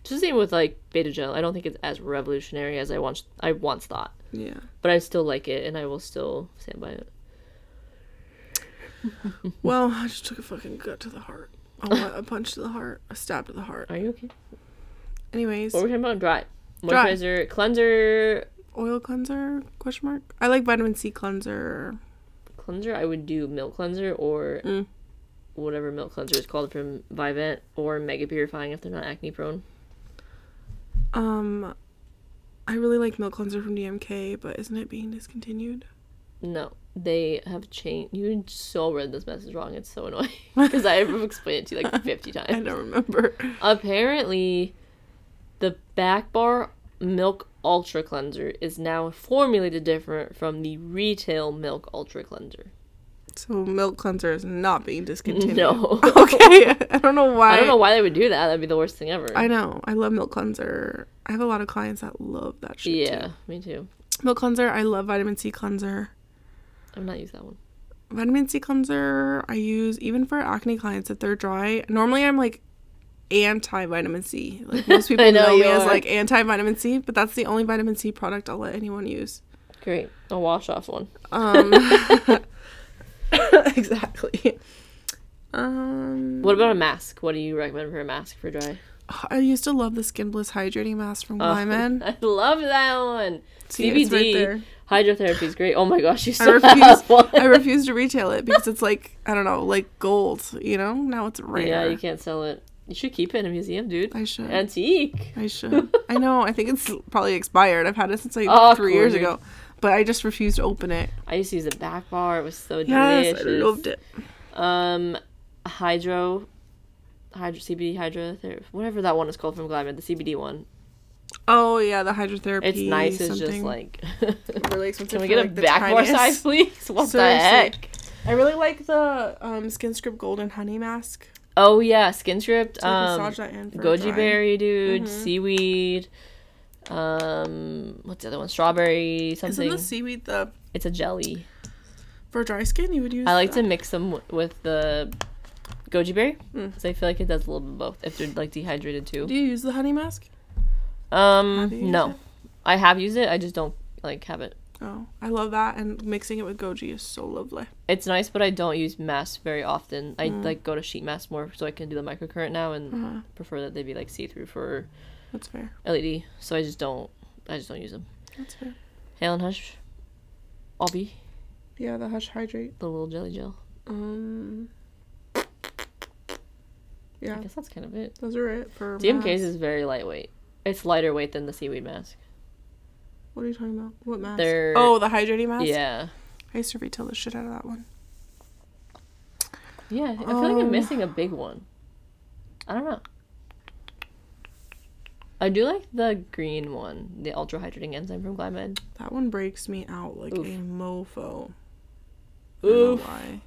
Speaker 1: It's the same with like Beta Gel. I don't think it's as revolutionary as I once I once thought.
Speaker 2: Yeah.
Speaker 1: but I still like it, and I will still stand by it.
Speaker 2: Well, I just took a fucking gut to the heart. Oh, what? a punch to the heart, a stab to the heart.
Speaker 1: Are you okay?
Speaker 2: Anyways,
Speaker 1: What were we talking about? Dry
Speaker 2: Dry.
Speaker 1: moisturizer, cleanser,
Speaker 2: oil cleanser? Question mark. I like vitamin C cleanser.
Speaker 1: cleanser. I would do milk cleanser or
Speaker 2: Mm.
Speaker 1: whatever milk cleanser is called from Vivant or Mega Purifying if they're not acne prone.
Speaker 2: Um, I really like milk cleanser from DMK, but isn't it being discontinued?
Speaker 1: No, they have changed. You so read this message wrong. It's so annoying because I've explained it to you like fifty
Speaker 2: I
Speaker 1: times.
Speaker 2: don't remember.
Speaker 1: Apparently, the back bar milk ultra cleanser is now formulated different from the retail milk ultra cleanser.
Speaker 2: So milk cleanser is not being discontinued.
Speaker 1: No.
Speaker 2: Okay. I don't know why.
Speaker 1: I don't know why they would do that. That'd be the worst thing ever.
Speaker 2: I know. I love milk cleanser. I have a lot of clients that love that shit.
Speaker 1: yeah, me too.
Speaker 2: too. Milk cleanser. I love vitamin C cleanser.
Speaker 1: I've not used that one.
Speaker 2: Vitamin C cleanser I use even for acne clients if they're dry. Normally I'm like anti vitamin C. Like most people
Speaker 1: I
Speaker 2: know,
Speaker 1: know
Speaker 2: me
Speaker 1: you
Speaker 2: as
Speaker 1: are.
Speaker 2: like anti vitamin C, but that's the only vitamin C product I'll let anyone use.
Speaker 1: Great. A wash off one.
Speaker 2: Um, exactly. Um,
Speaker 1: What about a mask? What do you recommend for a mask for dry?
Speaker 2: I used to love the Skin Bliss hydrating mask from
Speaker 1: Oh,
Speaker 2: Glyman.
Speaker 1: I love that one.
Speaker 2: See,
Speaker 1: CBD.
Speaker 2: it's right there.
Speaker 1: Hydrotherapy is great. Oh my gosh, you
Speaker 2: I
Speaker 1: still have one.
Speaker 2: refuse. I refuse to retail it because it's like I don't know, like gold. You know, now it's rare.
Speaker 1: yeah, you can't sell it. You should keep it in a museum, dude.
Speaker 2: I should.
Speaker 1: Antique.
Speaker 2: I should. I know. I think it's probably expired. I've had it since like
Speaker 1: Oh,
Speaker 2: three years
Speaker 1: cool.
Speaker 2: ago, but I just refused to open it.
Speaker 1: I used to use a back bar. It was so
Speaker 2: Yes, I
Speaker 1: delicious.
Speaker 2: loved it.
Speaker 1: Um, hydro, hydro CBD hydrotherapy, whatever that one is called from Glyman, the CBD one.
Speaker 2: Oh yeah, the hydrotherapy.
Speaker 1: It's nice. It's
Speaker 2: something.
Speaker 1: just like
Speaker 2: really expensive.
Speaker 1: Can we
Speaker 2: for,
Speaker 1: get a
Speaker 2: like, the
Speaker 1: back bar
Speaker 2: tiniest-
Speaker 1: size, please? What the
Speaker 2: Seriously.
Speaker 1: heck?
Speaker 2: I really like the um, Skin Script Golden Honey Massage.
Speaker 1: Oh yeah, skin stripped.
Speaker 2: So I can
Speaker 1: Um,
Speaker 2: massage that in for Mm-hmm.
Speaker 1: goji
Speaker 2: dry.
Speaker 1: berry, dude. Seaweed. Um, what's the other one? Strawberry
Speaker 2: Isn't
Speaker 1: something.
Speaker 2: the seaweed the
Speaker 1: It's a jelly.
Speaker 2: for dry skin? You would use.
Speaker 1: I like to
Speaker 2: that.
Speaker 1: mix them w- with the goji berry
Speaker 2: Mm.
Speaker 1: because I feel like it does a little bit of both if they're like dehydrated too.
Speaker 2: Do you use the honey mask?
Speaker 1: Um,
Speaker 2: Have you used
Speaker 1: no,
Speaker 2: it?
Speaker 1: I have used it. I just don't like have it.
Speaker 2: Oh, I love that, and mixing it with goji is so lovely.
Speaker 1: It's nice, but I don't use masks very often. I
Speaker 2: Mm.
Speaker 1: like go to sheet masks more so I can do the microcurrent now and
Speaker 2: Uh,
Speaker 1: prefer that they be like see through for
Speaker 2: that's fair.
Speaker 1: LED, so I just don't. I just don't use them.
Speaker 2: That's fair.
Speaker 1: Hail and Hush, Obby,
Speaker 2: Yeah, the hush hydrate.
Speaker 1: the little jelly gel.
Speaker 2: Um.
Speaker 1: I
Speaker 2: Yeah,
Speaker 1: guess that's kind of it.
Speaker 2: those are it for
Speaker 1: DMK's
Speaker 2: masks.
Speaker 1: is very lightweight. It's lighter weight than the seaweed mask.
Speaker 2: What are you talking about? What mask?
Speaker 1: They're-
Speaker 2: Oh, the hydrating mask.
Speaker 1: Yeah,
Speaker 2: I used to retail the shit out of that one.
Speaker 1: yeah. I feel like
Speaker 2: Um,
Speaker 1: I'm missing a big one. I don't know. I do like the green one, the ultra hydrating enzyme from Glymed.
Speaker 2: That one breaks me out like
Speaker 1: Oof.
Speaker 2: a mofo. I don't know
Speaker 1: Oof.
Speaker 2: why.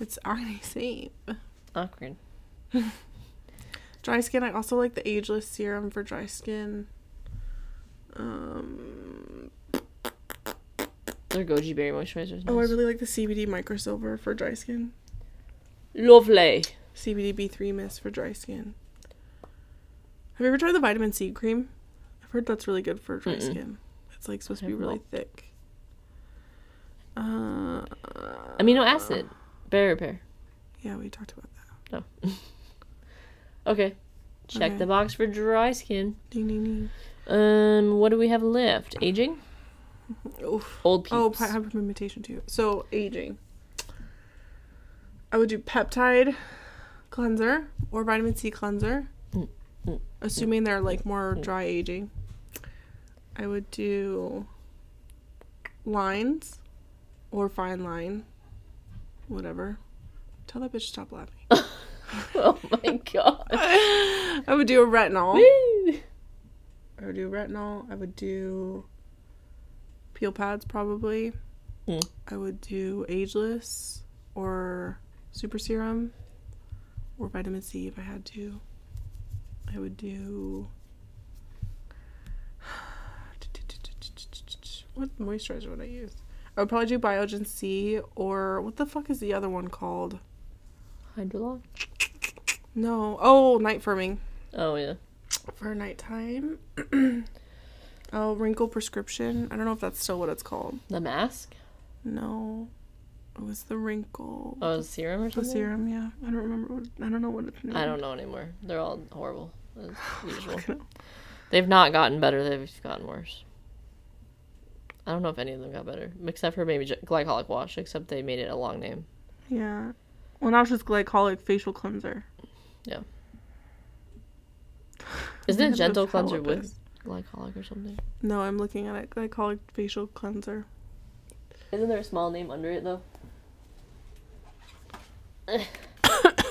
Speaker 2: It's already same.
Speaker 1: Awkward.
Speaker 2: Dry skin. I also like the ageless serum for dry skin. Um,
Speaker 1: They're goji berry moisturizers.
Speaker 2: Oh, I
Speaker 1: nice.
Speaker 2: really like the CBD microsilver for dry skin.
Speaker 1: Lovely.
Speaker 2: CBD B3 mist for dry skin. Have you ever tried the vitamin C cream? I've heard that's really good for dry
Speaker 1: Mm-mm.
Speaker 2: skin. It's like supposed to be
Speaker 1: I've
Speaker 2: really
Speaker 1: not.
Speaker 2: thick. Uh,
Speaker 1: Amino acid. Berry repair.
Speaker 2: yeah, we talked about that.
Speaker 1: Okay. Check
Speaker 2: Okay.
Speaker 1: the box for dry skin.
Speaker 2: Ding ding ding.
Speaker 1: Um, what do we have left? Aging?
Speaker 2: Oof.
Speaker 1: Old peeps.
Speaker 2: Oh, pi- hyperpigmentation too. So aging. I would do peptide cleanser or vitamin C cleanser,
Speaker 1: Mm, mm,
Speaker 2: assuming they're like more
Speaker 1: mm.
Speaker 2: dry aging. I would do lines or fine line, whatever. Tell that bitch to stop laughing.
Speaker 1: oh my god.
Speaker 2: I would do a retinol.
Speaker 1: Woo.
Speaker 2: I would do retinol. I would do peel pads probably.
Speaker 1: Mm.
Speaker 2: I would do ageless or super serum or vitamin C if I had to. I would do what moisturizer would I use? I would probably do Biogen C or what the fuck is the other one called?
Speaker 1: Hydrolon?
Speaker 2: No. Oh, night firming
Speaker 1: Oh yeah.
Speaker 2: for nighttime. oh, wrinkle prescription. I don't know if that's still what it's called.
Speaker 1: The mask?
Speaker 2: No, it was the wrinkle.
Speaker 1: Oh, the serum or
Speaker 2: the
Speaker 1: something?
Speaker 2: serum. Yeah, I don't remember. What, I don't know what it's.
Speaker 1: I don't know anymore. They're all horrible as usual.
Speaker 2: Fucking hell.
Speaker 1: They've not gotten better. They've gotten worse. I don't know if any of them got better, except for maybe j- glycolic wash. Except they made it a long name.
Speaker 2: Yeah. Well, now it's just glycolic facial cleanser.
Speaker 1: Yeah.
Speaker 2: I
Speaker 1: Isn't
Speaker 2: don't
Speaker 1: it
Speaker 2: know
Speaker 1: gentle
Speaker 2: if hell
Speaker 1: cleanser
Speaker 2: it
Speaker 1: with
Speaker 2: is.
Speaker 1: glycolic or something?
Speaker 2: No, I'm looking at it. Glycolic facial cleanser.
Speaker 1: Isn't there a small name under it though?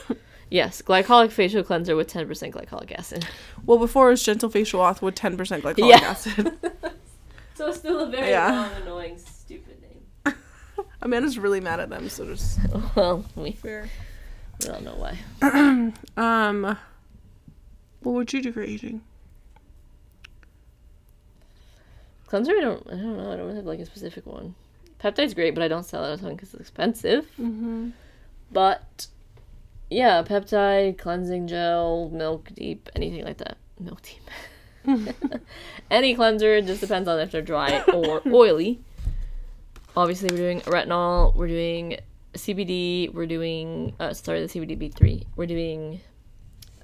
Speaker 1: yes, glycolic facial cleanser with ten percent glycolic acid.
Speaker 2: Well, before it was gentle facial off with 10% glycolic
Speaker 1: Yeah.
Speaker 2: acid.
Speaker 1: So it's still a very
Speaker 2: Yeah.
Speaker 1: long, annoying, stupid name.
Speaker 2: Amanda's really mad at them, so just
Speaker 1: well, we,
Speaker 2: fair.
Speaker 1: we all know why.
Speaker 2: Um, what would you do for aging?
Speaker 1: Cleanser, I don't, I don't know. I don't have like a specific one. Peptide's great, but I don't sell it a ton because it's expensive.
Speaker 2: Mm-hmm.
Speaker 1: But yeah, peptide, cleansing gel, milk deep, anything like that. Milk deep. Any cleanser, it just depends on if they're dry or oily. Obviously, we're doing retinol, we're doing CBD, we're doing uh, sorry, the CBD B3. We're doing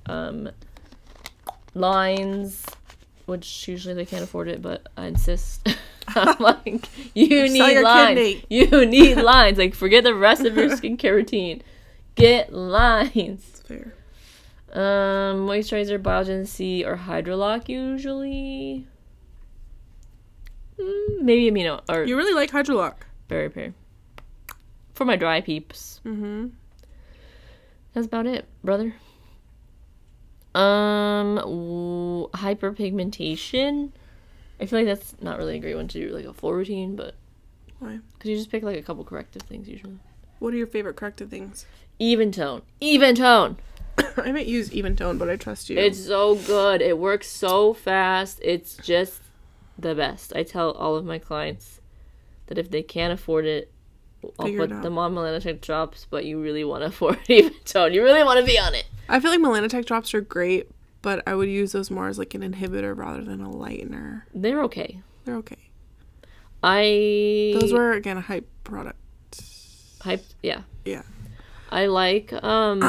Speaker 1: um lines which usually they can't afford it, but I insist. I'm like, you
Speaker 2: Sell
Speaker 1: need
Speaker 2: your
Speaker 1: lines.
Speaker 2: kidney.
Speaker 1: You need lines. Like, forget the rest of your skincare routine. Get lines.
Speaker 2: Fair.
Speaker 1: Um, moisturizer, Biogen C, or Hydrolock usually. Mm, maybe amino or
Speaker 2: You really like Hydrolock.
Speaker 1: berry pear. For my dry peeps,
Speaker 2: Mm-hmm.
Speaker 1: that's about it, brother. Um, w- hyperpigmentation. I feel like that's not really a great one to do like a full routine, but
Speaker 2: Why?
Speaker 1: because you just pick like a couple corrective things usually.
Speaker 2: What are your favorite corrective things?
Speaker 1: Even tone, even tone.
Speaker 2: I haven't used even tone, but I trust you.
Speaker 1: It's so good. It works so fast. It's just the best. I tell all of my clients that if they can't afford it, I'll
Speaker 2: Figure it
Speaker 1: put
Speaker 2: out.
Speaker 1: them on melanotic drops, but you really want to afford even tone. You really want to be on it.
Speaker 2: I feel like melanotech drops are great, but I would use those more as like an inhibitor rather than a lightener.
Speaker 1: They're okay.
Speaker 2: They're okay.
Speaker 1: I
Speaker 2: Those were again a hype product.
Speaker 1: hype yeah.
Speaker 2: Yeah.
Speaker 1: I like um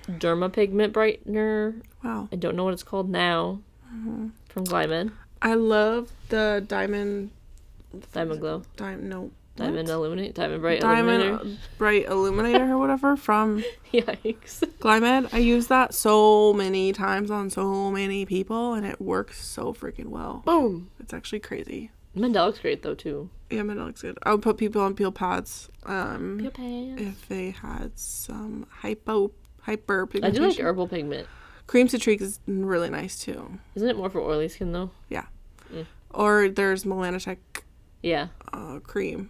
Speaker 1: derma pigment brightener.
Speaker 2: Wow.
Speaker 1: I don't know what it's called now.
Speaker 2: Mm-hmm.
Speaker 1: From Glymen.
Speaker 2: I love the diamond.
Speaker 1: Diamond Glow.
Speaker 2: Diamond. No.
Speaker 1: Diamond Illuminate. Diamond Bright
Speaker 2: Diamond
Speaker 1: Illuminator.
Speaker 2: bright illuminator or whatever from
Speaker 1: Yikes.
Speaker 2: Glymed. I use that so many times on so many people, and it works so freaking well.
Speaker 1: Boom.
Speaker 2: It's actually crazy.
Speaker 1: Mandelic's great though too.
Speaker 2: Yeah, my looks good. I would put people on peel pads. Um,
Speaker 1: Your pants.
Speaker 2: if they had some hypo hyperpigmentation.
Speaker 1: I do like herbal pigment.
Speaker 2: cream citrique is really nice too.
Speaker 1: Isn't it more for oily skin though?
Speaker 2: Or there's melanotech
Speaker 1: Yeah.
Speaker 2: uh, cream.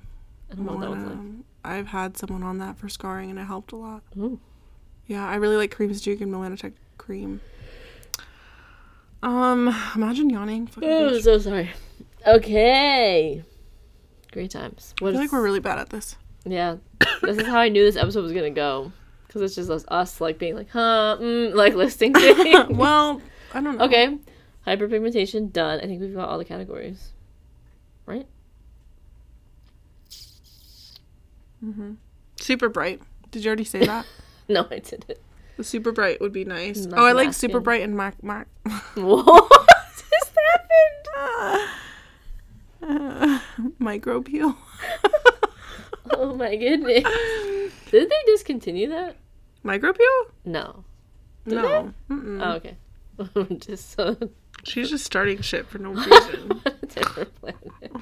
Speaker 1: I don't know what that one's like.
Speaker 2: Melan- I've had someone on that for scarring and it helped a lot.
Speaker 1: Ooh.
Speaker 2: Yeah, I really like Cream's Duke and Melanotech cream. Um, imagine yawning. Fucking
Speaker 1: Oh, I'm
Speaker 2: bitch.
Speaker 1: so sorry. Okay. Great times.
Speaker 2: I
Speaker 1: What
Speaker 2: feel
Speaker 1: is,
Speaker 2: like we're really bad at this.
Speaker 1: yeah. this is how I knew this episode was gonna go. Because it's just us, us like being like, huh, mm, like listing things.
Speaker 2: well, I don't know.
Speaker 1: okay. Hyperpigmentation done. I think we've got all the categories. Right?
Speaker 2: Super bright. Did you already say that?
Speaker 1: No, I didn't.
Speaker 2: the super bright would be nice.
Speaker 1: Not
Speaker 2: Oh, I like super
Speaker 1: masking.
Speaker 2: bright and mac mac.
Speaker 1: What just happened?
Speaker 2: Uh, micro peel.
Speaker 1: Oh my goodness. Did they discontinue that?
Speaker 2: micro peel?
Speaker 1: No.
Speaker 2: No. Mm-mm.
Speaker 1: Oh, okay. I'm just so
Speaker 2: She's just starting shit for no reason.
Speaker 1: on a different planet.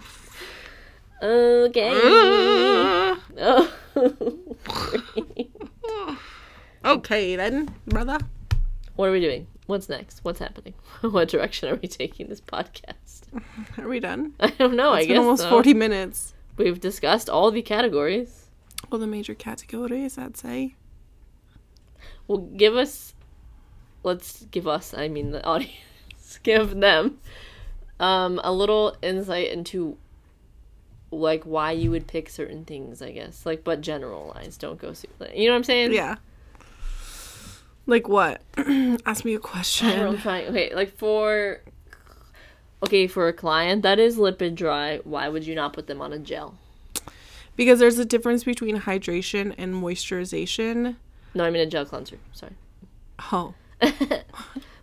Speaker 1: Okay.
Speaker 2: Ah.
Speaker 1: Oh.
Speaker 2: okay then, brother.
Speaker 1: what are we doing? What's next? What's happening? what direction are we taking this podcast?
Speaker 2: Are we done?
Speaker 1: I don't know. I
Speaker 2: It's
Speaker 1: guess
Speaker 2: been almost
Speaker 1: so.
Speaker 2: 40 minutes.
Speaker 1: We've discussed all the categories.
Speaker 2: All the major categories, I'd say.
Speaker 1: Well, give us. Let's give us. I mean, the audience. give them um, a little insight into like why you would pick certain things. I guess like, but generalize. Don't go. Super, you know what I'm saying?
Speaker 2: Yeah. Like what? Ask me a question.
Speaker 1: I don't find- Okay, like for okay for a client that is lipid dry, why would you not put them on a gel?
Speaker 2: Because there's a difference between hydration and moisturization.
Speaker 1: No, I mean a gel cleanser. Sorry.
Speaker 2: Oh.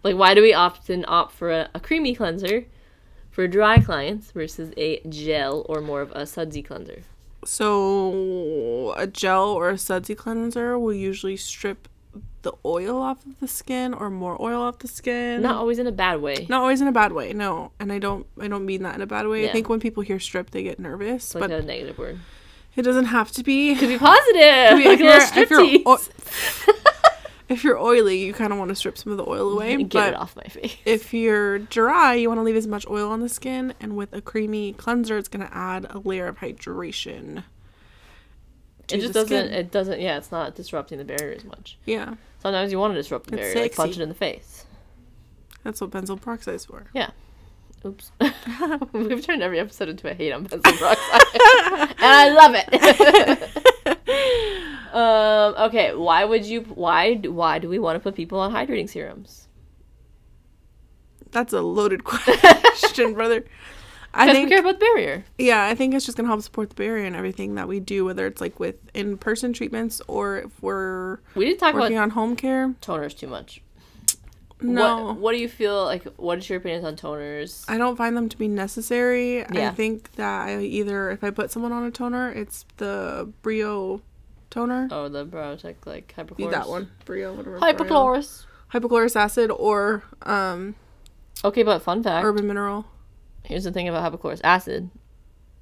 Speaker 1: Like, why do we often opt for a, a creamy cleanser for dry clients versus a gel or more of a sudsy cleanser?
Speaker 2: So a gel or a sudsy cleanser will usually strip the oil off of the skin or more oil off the skin.
Speaker 1: Not always in a bad way.
Speaker 2: Not always in a bad way, no. And I don't I don't mean that in a bad way.
Speaker 1: Yeah.
Speaker 2: I think when people hear strip they get nervous.
Speaker 1: It's like
Speaker 2: but
Speaker 1: a negative word.
Speaker 2: it doesn't have to be.
Speaker 1: Could be positive.
Speaker 2: mean,
Speaker 1: like
Speaker 2: if
Speaker 1: a little
Speaker 2: you're- if you're o-
Speaker 1: striptease.
Speaker 2: If you're oily, you kinda want to strip some of the oil away.
Speaker 1: Get
Speaker 2: but
Speaker 1: it off my face.
Speaker 2: if you're dry, you want to leave as much oil on the skin, and with a creamy cleanser, it's going to add a layer of hydration. to
Speaker 1: It just
Speaker 2: the
Speaker 1: doesn't.
Speaker 2: skin.
Speaker 1: It doesn't. Yeah, it's not disrupting the barrier as much.
Speaker 2: Yeah,
Speaker 1: Sometimes you want to disrupt the
Speaker 2: It's
Speaker 1: barrier, like punch
Speaker 2: sexy.
Speaker 1: it in the face.
Speaker 2: that's what benzyl peroxide's for.
Speaker 1: Oops. We've turned every episode into a hate on pencil peroxide. and I love it. um, okay, why would you why do- why do we want to put people on hydrating serums?
Speaker 2: That's a loaded question, brother. I
Speaker 1: Because we care
Speaker 2: think,
Speaker 1: about the barrier.
Speaker 2: yeah, I think it's just going to help support the barrier and everything that we do, whether it's like with in person treatments or if we're
Speaker 1: We didn't talk
Speaker 2: working
Speaker 1: about
Speaker 2: on home care.
Speaker 1: toners too much.
Speaker 2: No.
Speaker 1: What, what do you feel like what is your opinions on toners?
Speaker 2: I don't find them to be necessary.
Speaker 1: Yeah.
Speaker 2: I think that I either, if I put someone on a toner, it's the Brio toner.
Speaker 1: Oh, the Biotech like hypochlorous.
Speaker 2: Need that one. Brio, whatever. Brio.
Speaker 1: Hypochlorous.
Speaker 2: hypochlorous acid or um,
Speaker 1: Okay, but fun fact.
Speaker 2: urban mineral.
Speaker 1: Here's the thing about hypochlorous acid.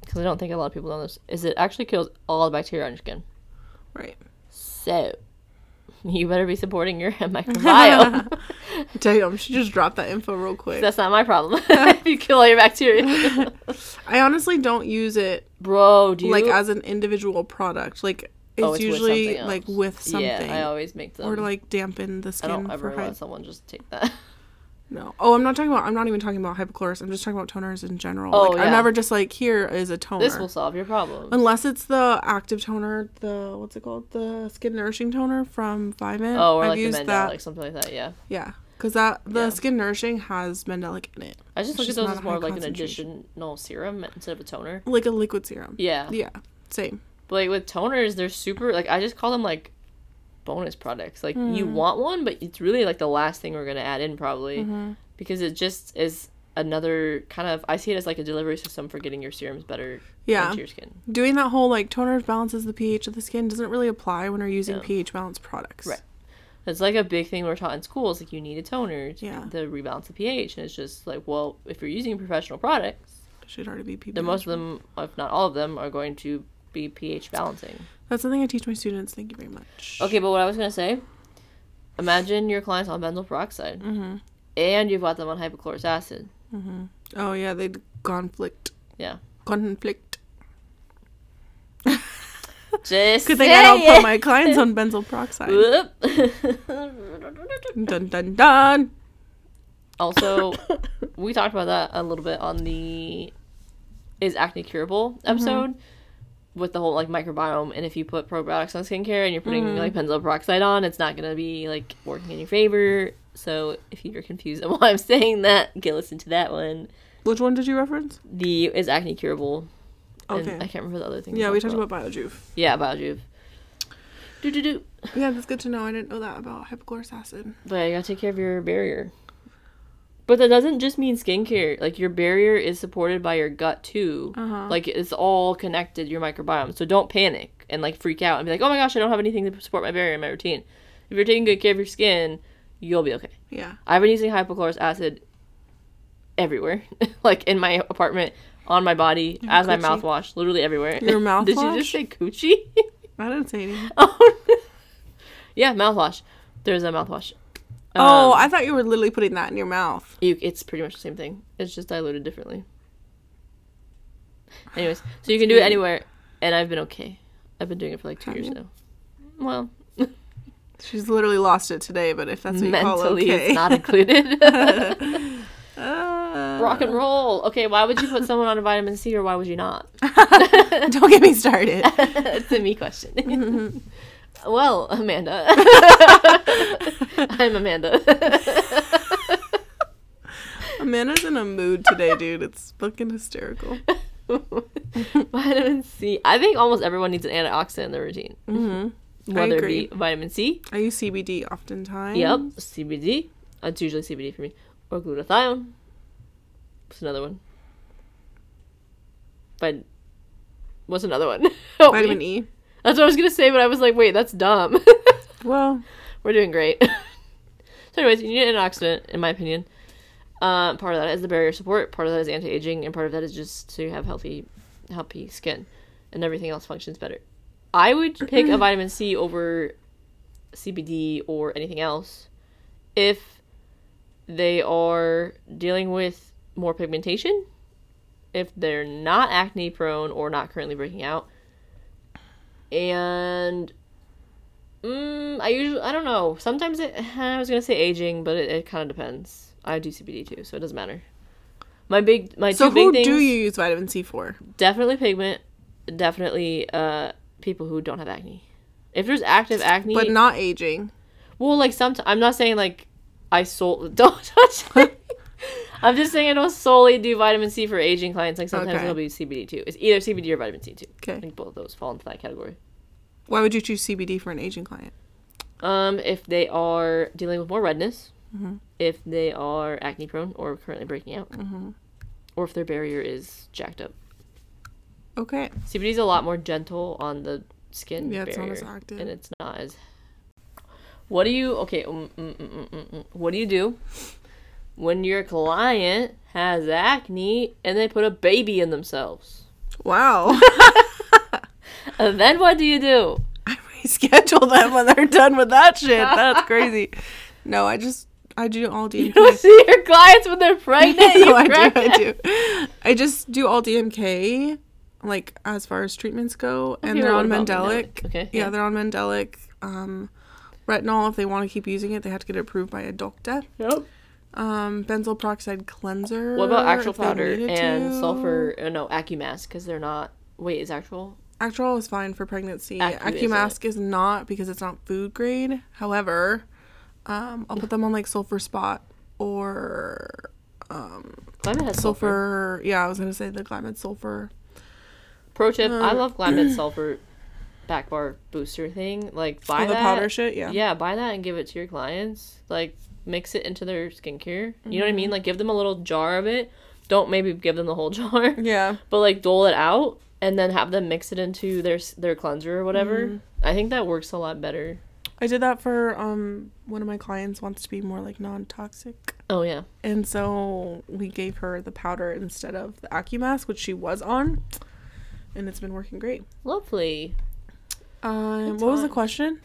Speaker 1: Because I don't think a lot of people know this. Is it actually kills all the bacteria on your skin.
Speaker 2: Right.
Speaker 1: So, you better be supporting your microbiome.
Speaker 2: Damn, she just dropped that info real quick.
Speaker 1: That's not my problem. if you kill all your bacteria,
Speaker 2: I honestly don't use it
Speaker 1: bro, do you
Speaker 2: like as an individual product. Like it's,
Speaker 1: Oh, it's with
Speaker 2: usually
Speaker 1: something
Speaker 2: like
Speaker 1: else.
Speaker 2: with something.
Speaker 1: Yeah, I always make them.
Speaker 2: or to like dampen the
Speaker 1: I
Speaker 2: skin
Speaker 1: don't ever
Speaker 2: for hy-
Speaker 1: let someone just take that.
Speaker 2: no. Oh, I'm not talking about. I'm not even talking about hypochlorous. I'm just talking about toners in general.
Speaker 1: Oh,
Speaker 2: like
Speaker 1: yeah.
Speaker 2: I'm never just like here is a toner.
Speaker 1: this will solve your problem.
Speaker 2: Unless it's the active toner, the what's it called, the skin nourishing toner from Vivint.
Speaker 1: Oh, or
Speaker 2: I've
Speaker 1: like the
Speaker 2: used
Speaker 1: mandelic,
Speaker 2: that.
Speaker 1: something like that. Yeah,
Speaker 2: Yeah, because that the
Speaker 1: Yeah.
Speaker 2: skin nourishing has mandelic in it.
Speaker 1: I just
Speaker 2: It's
Speaker 1: look at
Speaker 2: just
Speaker 1: those
Speaker 2: not
Speaker 1: as
Speaker 2: a
Speaker 1: more
Speaker 2: high
Speaker 1: of like an
Speaker 2: concentration.
Speaker 1: additional serum instead of a toner.
Speaker 2: like a liquid serum.
Speaker 1: Yeah,
Speaker 2: Yeah, same.
Speaker 1: but like with toners, they're super. Like I just call them like bonus products. Like you
Speaker 2: Hmm.
Speaker 1: want one, but it's really like the last thing we're gonna add in probably.
Speaker 2: Mm-hmm.
Speaker 1: because it just is another kind of I see it as like a delivery system for getting your serums better
Speaker 2: Yeah.
Speaker 1: into your skin.
Speaker 2: Doing that whole like toner balances the pH of the skin doesn't really apply when we're using
Speaker 1: No.
Speaker 2: pH balanced products.
Speaker 1: Right. It's like a big thing we're taught in schools. Like you need a toner to,
Speaker 2: Yeah.
Speaker 1: to rebalance the pH, and it's just like, well, if you're using professional products,
Speaker 2: Should already be pH.
Speaker 1: then most of them, if not all of them, are going to be pH balancing.
Speaker 2: That's something I teach my students. Thank you very much.
Speaker 1: Okay, but what I was gonna say, imagine your clients on benzyl peroxide,
Speaker 2: Mm-hmm.
Speaker 1: and you've got them on hypochlorous acid.
Speaker 2: Mm-hmm. Oh yeah, they'd conflict.
Speaker 1: Yeah.
Speaker 2: Conflict.
Speaker 1: Just
Speaker 2: Good thing I don't put
Speaker 1: saying.
Speaker 2: my clients on benzyl peroxide.
Speaker 1: Whoop.
Speaker 2: dun dun dun.
Speaker 1: also, we talked about that a little bit on the is acne curable
Speaker 2: Mm-hmm.
Speaker 1: episode with the whole like microbiome and if you put probiotics on skincare and you're putting
Speaker 2: Mm-hmm.
Speaker 1: like benzoyl peroxide on, it's not gonna be like working in your favor. So if you're confused on why I'm saying that, go listen to that one.
Speaker 2: Which one did you reference?
Speaker 1: The is acne curable. And
Speaker 2: Okay.
Speaker 1: I can't remember the other thing.
Speaker 2: Yeah, we talked about biojuve.
Speaker 1: Yeah, Biojuve. Do do do.
Speaker 2: Yeah, that's good to know. I didn't know that about hypochlorous acid.
Speaker 1: But yeah, you gotta take care of your barrier. But that doesn't just mean skincare. Like your barrier is supported by your gut too.
Speaker 2: Uh-huh.
Speaker 1: Like it's all connected your microbiome. So don't panic and like freak out and be like, oh my gosh, I don't have anything to support my barrier in my routine. If you're taking good care of your skin, you'll be okay.
Speaker 2: Yeah.
Speaker 1: I've been using hypochlorous acid everywhere, like in my apartment, on my body,
Speaker 2: Your
Speaker 1: as my
Speaker 2: coochie.
Speaker 1: mouthwash, literally everywhere.
Speaker 2: Your
Speaker 1: Did you
Speaker 2: mouthwash?
Speaker 1: just say coochie?
Speaker 2: I didn't say anything.
Speaker 1: oh, no. yeah, mouthwash. There's a mouthwash.
Speaker 2: oh,
Speaker 1: Um,
Speaker 2: I thought you were literally putting that in your mouth.
Speaker 1: You, it's pretty much the same thing. It's just diluted differently. Anyways, so you can do it anywhere, and I've been okay. I've been doing it for like two
Speaker 2: Have
Speaker 1: years
Speaker 2: you?
Speaker 1: now. Well,
Speaker 2: She's literally lost it today, but if that's what you call
Speaker 1: mentally,
Speaker 2: okay.
Speaker 1: it's not included.
Speaker 2: Uh,
Speaker 1: Rock and roll. Okay, why would you put someone on a vitamin C or why would you not?
Speaker 2: Don't get me started.
Speaker 1: That's the me
Speaker 2: Mm-hmm.
Speaker 1: question. well, Amanda. I'm Amanda.
Speaker 2: Amanda's in a mood today, dude. It's fucking hysterical.
Speaker 1: vitamin C. I think almost everyone needs an antioxidant in their routine,
Speaker 2: Mm-hmm.
Speaker 1: whether it
Speaker 2: agree.
Speaker 1: be vitamin C,
Speaker 2: I use CBD oftentimes.
Speaker 1: Yep, CBD. It's usually CBD for me, or glutathione. What's another one? But what's another one? Help me.
Speaker 2: Vitamin E.
Speaker 1: That's what I was gonna say, but I was like, wait, that's dumb.
Speaker 2: Well,
Speaker 1: We're doing great. so, anyways, you need an antioxidant, in my opinion. Uh, part of that is the barrier support. Part of that is anti-aging, and part of that is just so you have healthy, healthy skin, and everything else functions better. I would pick a vitamin C over CBD or anything else if they are dealing with more pigmentation, if they're not acne prone or not currently breaking out, and Mm, I usually I don't know. Sometimes it I was gonna say aging, but it, it kind of depends. I do CBD too, so it doesn't matter. My big my
Speaker 2: so
Speaker 1: two big
Speaker 2: who
Speaker 1: things
Speaker 2: do you use vitamin C for?
Speaker 1: definitely pigment, definitely uh people who don't have acne. If there's active acne,
Speaker 2: But not aging.
Speaker 1: well, like sometimes I'm not saying like I sol don't touch. me. I'm just saying I don't solely do vitamin C for aging clients. Like sometimes
Speaker 2: Okay.
Speaker 1: it'll be CBD too. It's either CBD or vitamin C too. I
Speaker 2: Okay.
Speaker 1: think both of those fall into that category.
Speaker 2: Why would you choose CBD for an aging client?
Speaker 1: Um, if they are dealing with more redness,
Speaker 2: Mm-hmm.
Speaker 1: if they are acne prone or currently breaking out,
Speaker 2: Mm-hmm.
Speaker 1: or if their barrier is jacked up.
Speaker 2: Okay.
Speaker 1: CBD is a lot more gentle on the skin
Speaker 2: Yeah,
Speaker 1: yeah,
Speaker 2: it's not
Speaker 1: barrier,
Speaker 2: as active.
Speaker 1: and it's not as. What do you okay? Um, mm, mm, mm, mm, mm. What do you do when your client has acne and they put a baby in themselves?
Speaker 2: Wow.
Speaker 1: And then what do you do?
Speaker 2: I reschedule them when they're done with that shit. That's crazy. No, I just I do all
Speaker 1: You don't
Speaker 2: DMK.
Speaker 1: see your clients when they're pregnant. you
Speaker 2: no, Oh, I
Speaker 1: crack
Speaker 2: do, I
Speaker 1: up.
Speaker 2: do. I just do all DMK, like as far as treatments go, and
Speaker 1: Okay,
Speaker 2: they're
Speaker 1: what
Speaker 2: on
Speaker 1: about
Speaker 2: Mendelic.
Speaker 1: Mendelic? Okay,
Speaker 2: yeah.
Speaker 1: yeah.
Speaker 2: they're on Mendelic. Um, retinol, if they want to keep using it, they have to get it approved by a doctor.
Speaker 1: Yep.
Speaker 2: Um, benzyl peroxide cleanser.
Speaker 1: What about actual
Speaker 2: Uh, if they
Speaker 1: powder
Speaker 2: needed
Speaker 1: and
Speaker 2: to.
Speaker 1: sulfur? Uh, no, AccuMask because they're not. Wait, is actual?
Speaker 2: Actrol is fine for pregnancy.
Speaker 1: Accu isn't.
Speaker 2: AccuMask is not because it's not food grade. However, um, I'll put them on like sulfur spot or um,
Speaker 1: Glymet has sulfur.
Speaker 2: sulfur. Yeah, I was gonna say the Glymed sulfur.
Speaker 1: Pro tip:
Speaker 2: Uh,
Speaker 1: I love Glymet sulfur back bar booster thing. Like buy
Speaker 2: Oh, the
Speaker 1: that.
Speaker 2: powder shit. Yeah.
Speaker 1: yeah. buy that and give it to your clients. Like mix it into their skincare. You know what I mean? Like give them a little jar of it. Don't maybe give them the whole jar,
Speaker 2: Yeah.
Speaker 1: but like dole it out and then have them mix it into their s- their cleanser or whatever. I think that works a lot better.
Speaker 2: I did that for um one of my clients wants to be more like non toxic.
Speaker 1: Oh yeah,
Speaker 2: And so we gave her the powder instead of the AccuMask, which she was on. And it's been working great.
Speaker 1: lovely.
Speaker 2: Um,
Speaker 1: Good
Speaker 2: what was the
Speaker 1: times.
Speaker 2: question?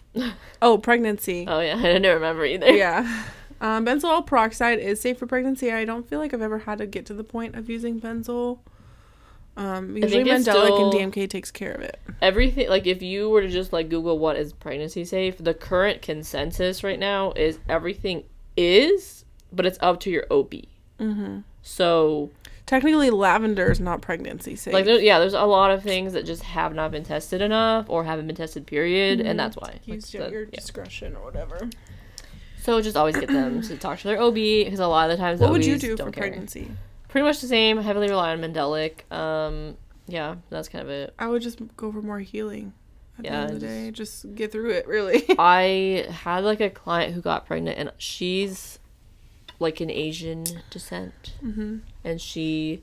Speaker 2: oh, pregnancy.
Speaker 1: Oh yeah, I didn't remember either.
Speaker 2: yeah. Um, benzoyl peroxide is safe for pregnancy. I don't feel like I've ever had to get to the point of using benzoyl Um, usually Mandelic
Speaker 1: it's still-
Speaker 2: and DMK takes care of it.
Speaker 1: Everything like if you were to just like Google what is pregnancy safe, the current consensus right now is everything is, but it's up to your OB. Mm-hmm. So
Speaker 2: Technically, lavender is not pregnancy safe.
Speaker 1: like there, yeah, there's a lot of things that just have not been tested enough or haven't been tested period,
Speaker 2: Mm-hmm.
Speaker 1: and that's why. Like,
Speaker 2: Use your,
Speaker 1: that-
Speaker 2: your
Speaker 1: yeah.
Speaker 2: discretion or whatever.
Speaker 1: So just always get them to talk to their OB because a lot of the times
Speaker 2: What would you
Speaker 1: OBs
Speaker 2: do
Speaker 1: don't
Speaker 2: for
Speaker 1: care.
Speaker 2: pregnancy?
Speaker 1: Pretty much the same. Heavily rely on Mandelic. Um, yeah, that's kind of it.
Speaker 2: I would just go for more healing. At
Speaker 1: Yeah,
Speaker 2: the end of the
Speaker 1: just-
Speaker 2: day, just get through it. Really.
Speaker 1: I had like a client who got pregnant, and she's like an Asian descent,
Speaker 2: hmm
Speaker 1: and she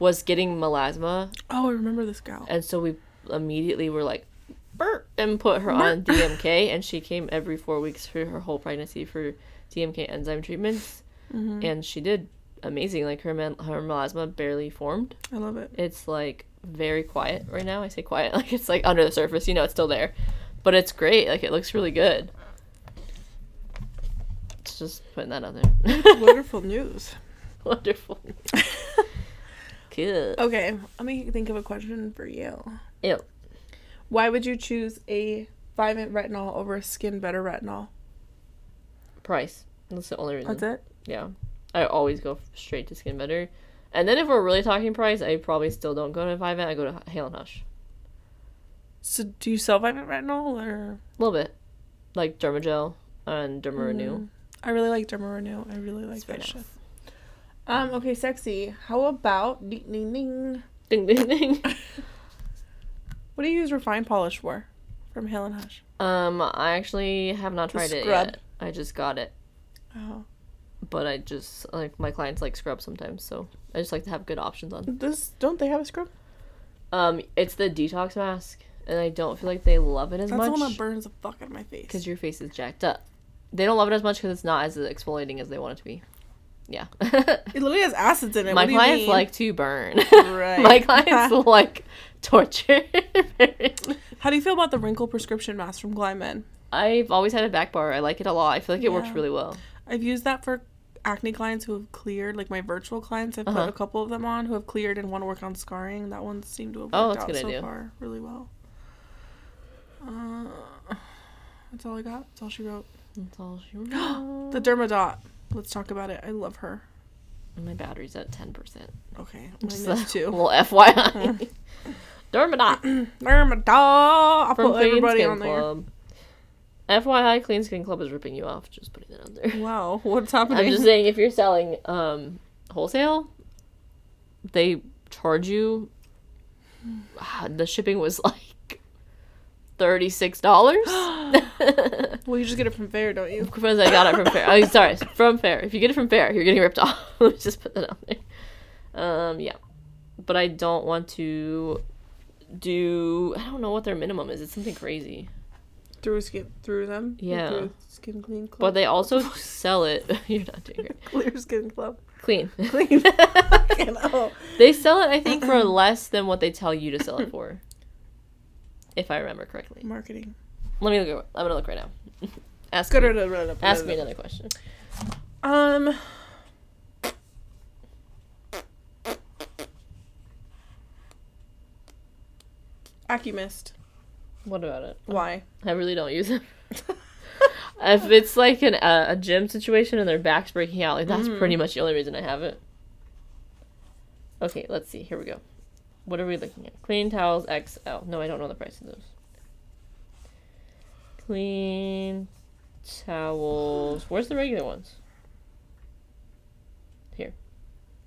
Speaker 1: was getting melasma,
Speaker 2: Oh, I remember this gal.
Speaker 1: and so we immediately were like, "Burp," and put her on DMK, and she came every four weeks for her whole pregnancy for DMK enzyme treatments,
Speaker 2: Mm-hmm.
Speaker 1: and she did amazing. Like her men- her melasma barely formed.
Speaker 2: I love it.
Speaker 1: It's like very quiet right now. I say quiet, like it's like under the surface. You know, it's still there, but it's great. Like it looks really good. It's just putting that out there.
Speaker 2: Wonderful news.
Speaker 1: Wonderful. Good.
Speaker 2: Okay, let me think of a question for you.
Speaker 1: Ew.
Speaker 2: Why would you choose a Vivant retinol over a Skin Better retinol?
Speaker 1: Price. That's the only reason.
Speaker 2: That's it.
Speaker 1: Yeah. I always go straight to Skin Better. And then if we're really talking price, I probably still don't go to Vivant. I go to Hale and Hush.
Speaker 2: So, do you sell Vivant retinol or?
Speaker 1: A little bit. Like Dermagel and Dermarenew.
Speaker 2: Mm, I really like Derma Renew. I really like
Speaker 1: It's
Speaker 2: that
Speaker 1: very
Speaker 2: shit.
Speaker 1: nice.
Speaker 2: Um. Okay, sexy. How about ding ding ding?
Speaker 1: Ding, ding, ding.
Speaker 2: What do you use refined polish for? From Hill and Hush.
Speaker 1: Um, I actually have not
Speaker 2: The
Speaker 1: tried it
Speaker 2: scrub.
Speaker 1: yet. I just got it,
Speaker 2: Oh,
Speaker 1: but I just like my clients like scrub sometimes, so I just like to have good options on.
Speaker 2: this don't they have a scrub?
Speaker 1: Um, it's the detox mask, and I don't feel like they love it as
Speaker 2: That's the one that
Speaker 1: much
Speaker 2: burns the fuck out of my face.
Speaker 1: because your face is jacked up. They don't love it as much because it's not as exfoliating as they want it to be. Yeah,
Speaker 2: It literally has acids in it.
Speaker 1: my
Speaker 2: what do you
Speaker 1: clients
Speaker 2: mean?
Speaker 1: like to burn.
Speaker 2: Right.
Speaker 1: my clients like torture.
Speaker 2: How do you feel about the wrinkle prescription mask from Glymen?
Speaker 1: I've always had a back bar. I like it a lot. I feel like it works
Speaker 2: Yeah.
Speaker 1: really well.
Speaker 2: I've used that for acne clients who have cleared, like my virtual clients. I've
Speaker 1: Uh-huh.
Speaker 2: put a couple of them on who have cleared and want to work on scarring. That one seemed to have worked
Speaker 1: Oh, that's a
Speaker 2: out
Speaker 1: good
Speaker 2: so
Speaker 1: idea.
Speaker 2: far really well. Uh, that's all I got. That's all she wrote.
Speaker 1: That's all she
Speaker 2: The Dermadot. Let's talk about it. I love her.
Speaker 1: My battery's at ten percent.
Speaker 2: Okay,
Speaker 1: Just
Speaker 2: mine is
Speaker 1: a
Speaker 2: too.
Speaker 1: little FYI. Dermadot
Speaker 2: Dermadot. I'll
Speaker 1: from
Speaker 2: put
Speaker 1: Clean
Speaker 2: everybody
Speaker 1: Skin
Speaker 2: on there.
Speaker 1: Club. FYI, Clean Skin Club is ripping you off. Just putting that out there.
Speaker 2: Wow, what's happening?
Speaker 1: I'm just saying, if you're selling um, wholesale, they charge you. Ah, The shipping was like thirty six dollars.
Speaker 2: well, you just get it from Fair, don't you?
Speaker 1: Because I got it from Fair. Oh, sorry, from Fair. If you get it from Fair, you're getting ripped off. Let me just put that out there. Um, yeah, but I don't want to do. I don't know what their minimum is. It's something crazy.
Speaker 2: Through skin, through them.
Speaker 1: Yeah.
Speaker 2: Through skin clean club.
Speaker 1: But they also sell it. you're not doing great.
Speaker 2: clear skin club.
Speaker 1: Clean.
Speaker 2: Clean. Fucking hell.
Speaker 1: they sell it, I think, for less than what they tell you to sell it for. If I remember correctly.
Speaker 2: Marketing.
Speaker 1: Let me look. I'm gonna look right now. ask
Speaker 2: Good.
Speaker 1: me,
Speaker 2: or no, no, no, no,
Speaker 1: ask
Speaker 2: no.
Speaker 1: me another question.
Speaker 2: Um. Acumist.
Speaker 1: What about it?
Speaker 2: Why?
Speaker 1: I really don't use it. if it's like an, uh, a gym situation and their back's breaking out, like that's
Speaker 2: Mm.
Speaker 1: pretty much the only reason I have it. Okay, let's see. Here we go. What are we looking at? Clean towels XL. No, I don't know the price of those. Clean towels. Where's the regular ones?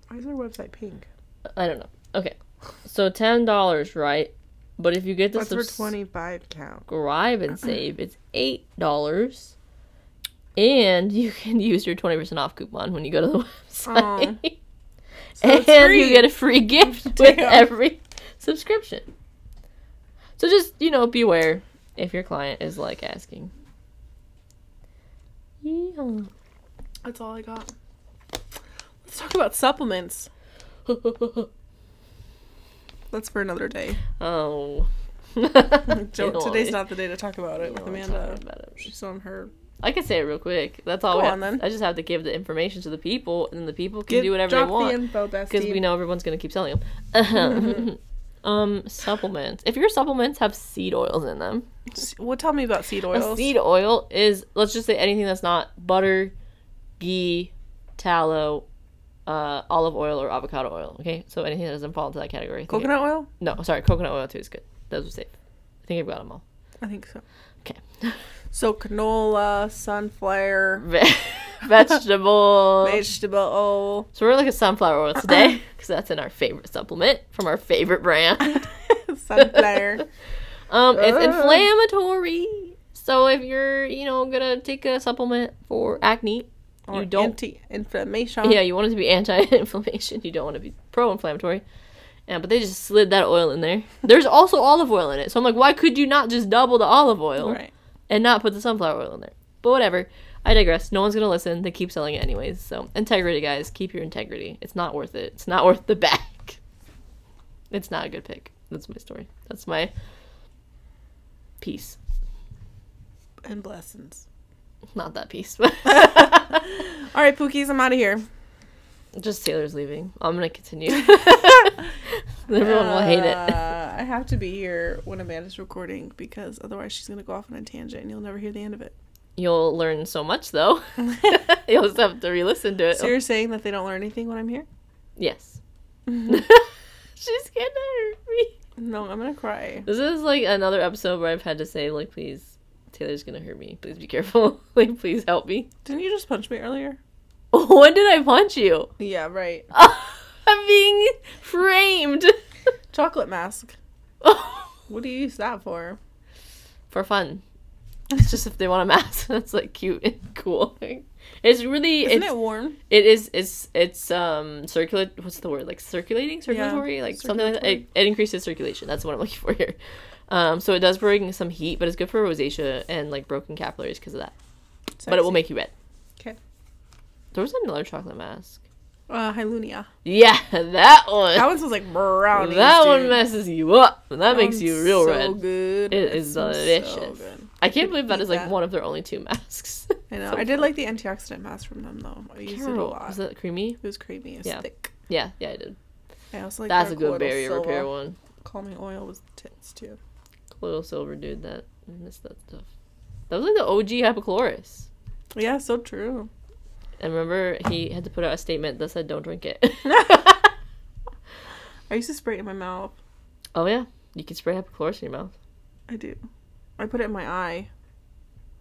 Speaker 2: Why is their website pink?
Speaker 1: I don't know. Okay, so ten dollars, right? But if you get the
Speaker 2: That's for
Speaker 1: subs-
Speaker 2: twenty-five count.
Speaker 1: subscribe and save, it's eight dollars. And you can use your twenty percent off coupon when you go to the website.
Speaker 2: So
Speaker 1: and
Speaker 2: it's
Speaker 1: you
Speaker 2: free.
Speaker 1: get a free gift with
Speaker 2: Damn.
Speaker 1: every subscription. So just, you know, beware if your client is like asking. Yeehaw.
Speaker 2: That's all I got. Let's talk about supplements. That's for another day.
Speaker 1: oh.
Speaker 2: Don't-
Speaker 1: Don't
Speaker 2: Today's
Speaker 1: worry.
Speaker 2: not the day to talk about it
Speaker 1: Don't
Speaker 2: with
Speaker 1: worry
Speaker 2: Amanda.
Speaker 1: about it.
Speaker 2: She's on her
Speaker 1: I can say it real quick. That's all.
Speaker 2: Go
Speaker 1: we
Speaker 2: on,
Speaker 1: have.
Speaker 2: then.
Speaker 1: I just have to give the information to the people, and then the people can
Speaker 2: Give-
Speaker 1: do whatever
Speaker 2: drop
Speaker 1: they
Speaker 2: the
Speaker 1: want
Speaker 2: info, bestie.
Speaker 1: because we know everyone's gonna keep selling them. um, supplements. If your supplements have seed oils in them,
Speaker 2: S- Well, tell me about seed
Speaker 1: a
Speaker 2: oils.
Speaker 1: seed oil is let's just say anything that's not butter, ghee, tallow, uh, olive oil, or avocado oil. Okay, so anything that doesn't fall into that category. I think it-
Speaker 2: Coconut oil?
Speaker 1: No, sorry, coconut oil too is good. Those are safe. I think I've got them all.
Speaker 2: I think so.
Speaker 1: Okay.
Speaker 2: So canola, sunflower,
Speaker 1: Ve- Vegetable.
Speaker 2: vegetable oil.
Speaker 1: So we're like a sunflower oil today because that's in our favorite supplement from our favorite brand.
Speaker 2: sunflower.
Speaker 1: Um, it's
Speaker 2: Ah.
Speaker 1: inflammatory. So if you're, you know, gonna take a supplement for acne,
Speaker 2: or
Speaker 1: you don't.
Speaker 2: anti-inflammation.
Speaker 1: yeah, you want it to be anti-inflammation. You don't want to be pro-inflammatory. Yeah, but they just slid that oil in there. There's also olive oil in it. So I'm like, why could you not just double the olive oil?
Speaker 2: Right.
Speaker 1: and not put the sunflower oil in there. But whatever. I digress. No one's gonna listen. They keep selling it anyways. So integrity, guys, keep your integrity. It's not worth it. It's not worth the back. It's not a good pick. That's my story. That's my piece.
Speaker 2: And blessings.
Speaker 1: Not that piece, but
Speaker 2: All right, Pookies, I'm out of here.
Speaker 1: just Taylor's leaving. I'm gonna continue. Everyone will hate it.
Speaker 2: Uh, I have to be here when Amanda's recording because otherwise she's going to go off on a tangent and you'll never hear the end of it.
Speaker 1: You'll learn so much though. You'll just have to re-listen to it.
Speaker 2: So you're saying that they don't learn anything when I'm here?
Speaker 1: yes. She's gonna hurt me.
Speaker 2: No, I'm going to cry.
Speaker 1: This is like another episode where I've had to say, like, please, Taylor's gonna hurt me. Please be careful. like, please help me.
Speaker 2: Didn't you just punch me earlier?
Speaker 1: when did I punch you?
Speaker 2: Yeah, right.
Speaker 1: I'm being framed.
Speaker 2: Chocolate mask. What do you use that for?
Speaker 1: For fun. It's just if they want a mask, that's like cute and cool. It's really
Speaker 2: Isn't
Speaker 1: it's
Speaker 2: it warm?
Speaker 1: it is it's it's um circulate what's the word like circulating circulatory like something like that. It,
Speaker 2: circulatory.
Speaker 1: it increases circulation that's what i'm looking for here um so it does bring some heat but it's good for rosacea and like broken capillaries because of that but it will
Speaker 2: Sexy.
Speaker 1: make you red
Speaker 2: Okay.
Speaker 1: There was another chocolate mask.
Speaker 2: Uh, Hylunia.
Speaker 1: Yeah, that one.
Speaker 2: That one smells like brownies.
Speaker 1: that one
Speaker 2: dude.
Speaker 1: messes you up. and That makes
Speaker 2: one's
Speaker 1: you real
Speaker 2: so
Speaker 1: red.
Speaker 2: Good.
Speaker 1: It is
Speaker 2: smells so
Speaker 1: delicious.
Speaker 2: good.
Speaker 1: I can't believe that
Speaker 2: eat
Speaker 1: is like
Speaker 2: that.
Speaker 1: one of their only two masks.
Speaker 2: I know.
Speaker 1: So
Speaker 2: I did
Speaker 1: fun.
Speaker 2: like the antioxidant mask from them though. I used it a
Speaker 1: Carol,
Speaker 2: lot.
Speaker 1: Was that creamy?
Speaker 2: It was creamy. It was
Speaker 1: Yeah.
Speaker 2: thick.
Speaker 1: Yeah, yeah, I did.
Speaker 2: I also like
Speaker 1: That's
Speaker 2: their
Speaker 1: a good
Speaker 2: colloidal
Speaker 1: barrier
Speaker 2: silver.
Speaker 1: repair one.
Speaker 2: Calming oil was tits too.
Speaker 1: Colloidal silver, dude. That I miss that stuff. That was like the OG hypochlorous.
Speaker 2: Yeah, so true.
Speaker 1: And remember, he had to put out a statement that said, "Don't drink it."
Speaker 2: I used to spray it in my mouth.
Speaker 1: oh yeah, you can spray hypochlorous in your mouth.
Speaker 2: I do. I put it in my eye.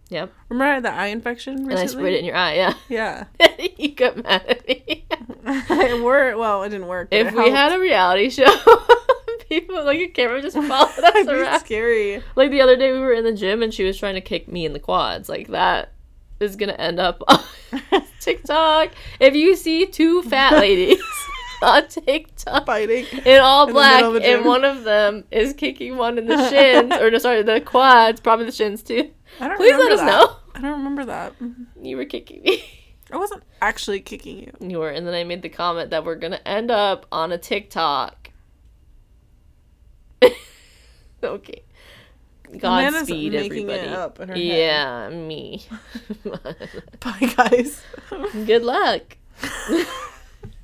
Speaker 1: Yep.
Speaker 2: Remember I had that eye infection recently?
Speaker 1: And I sprayed it in your eye. Yeah.
Speaker 2: Yeah.
Speaker 1: you got mad at me.
Speaker 2: it worked. Well, it didn't work. but
Speaker 1: If
Speaker 2: it
Speaker 1: we had a reality show, people like a camera just
Speaker 2: helped.
Speaker 1: followed us
Speaker 2: It'd be
Speaker 1: around.
Speaker 2: scary.
Speaker 1: Like the other day, we were in the gym and she was trying to kick me in the quads. Like that is gonna end up on TikTok. If you see two fat ladies on TikTok
Speaker 2: Fighting.
Speaker 1: in all
Speaker 2: In the
Speaker 1: black,
Speaker 2: middle of the
Speaker 1: and
Speaker 2: gym.
Speaker 1: one of them is kicking one in the shins, or no, sorry, the quads, probably the shins too.
Speaker 2: I don't
Speaker 1: Please let
Speaker 2: remember
Speaker 1: us
Speaker 2: that.
Speaker 1: know.
Speaker 2: I don't remember that.
Speaker 1: You were kicking me.
Speaker 2: I wasn't actually kicking you.
Speaker 1: You were, and then I made the comment that we're gonna end up on a TikTok. okay.
Speaker 2: Amanda's
Speaker 1: Godspeed,
Speaker 2: making
Speaker 1: everybody.
Speaker 2: it up in her head.
Speaker 1: yeah, me.
Speaker 2: Bye, guys.
Speaker 1: Good luck.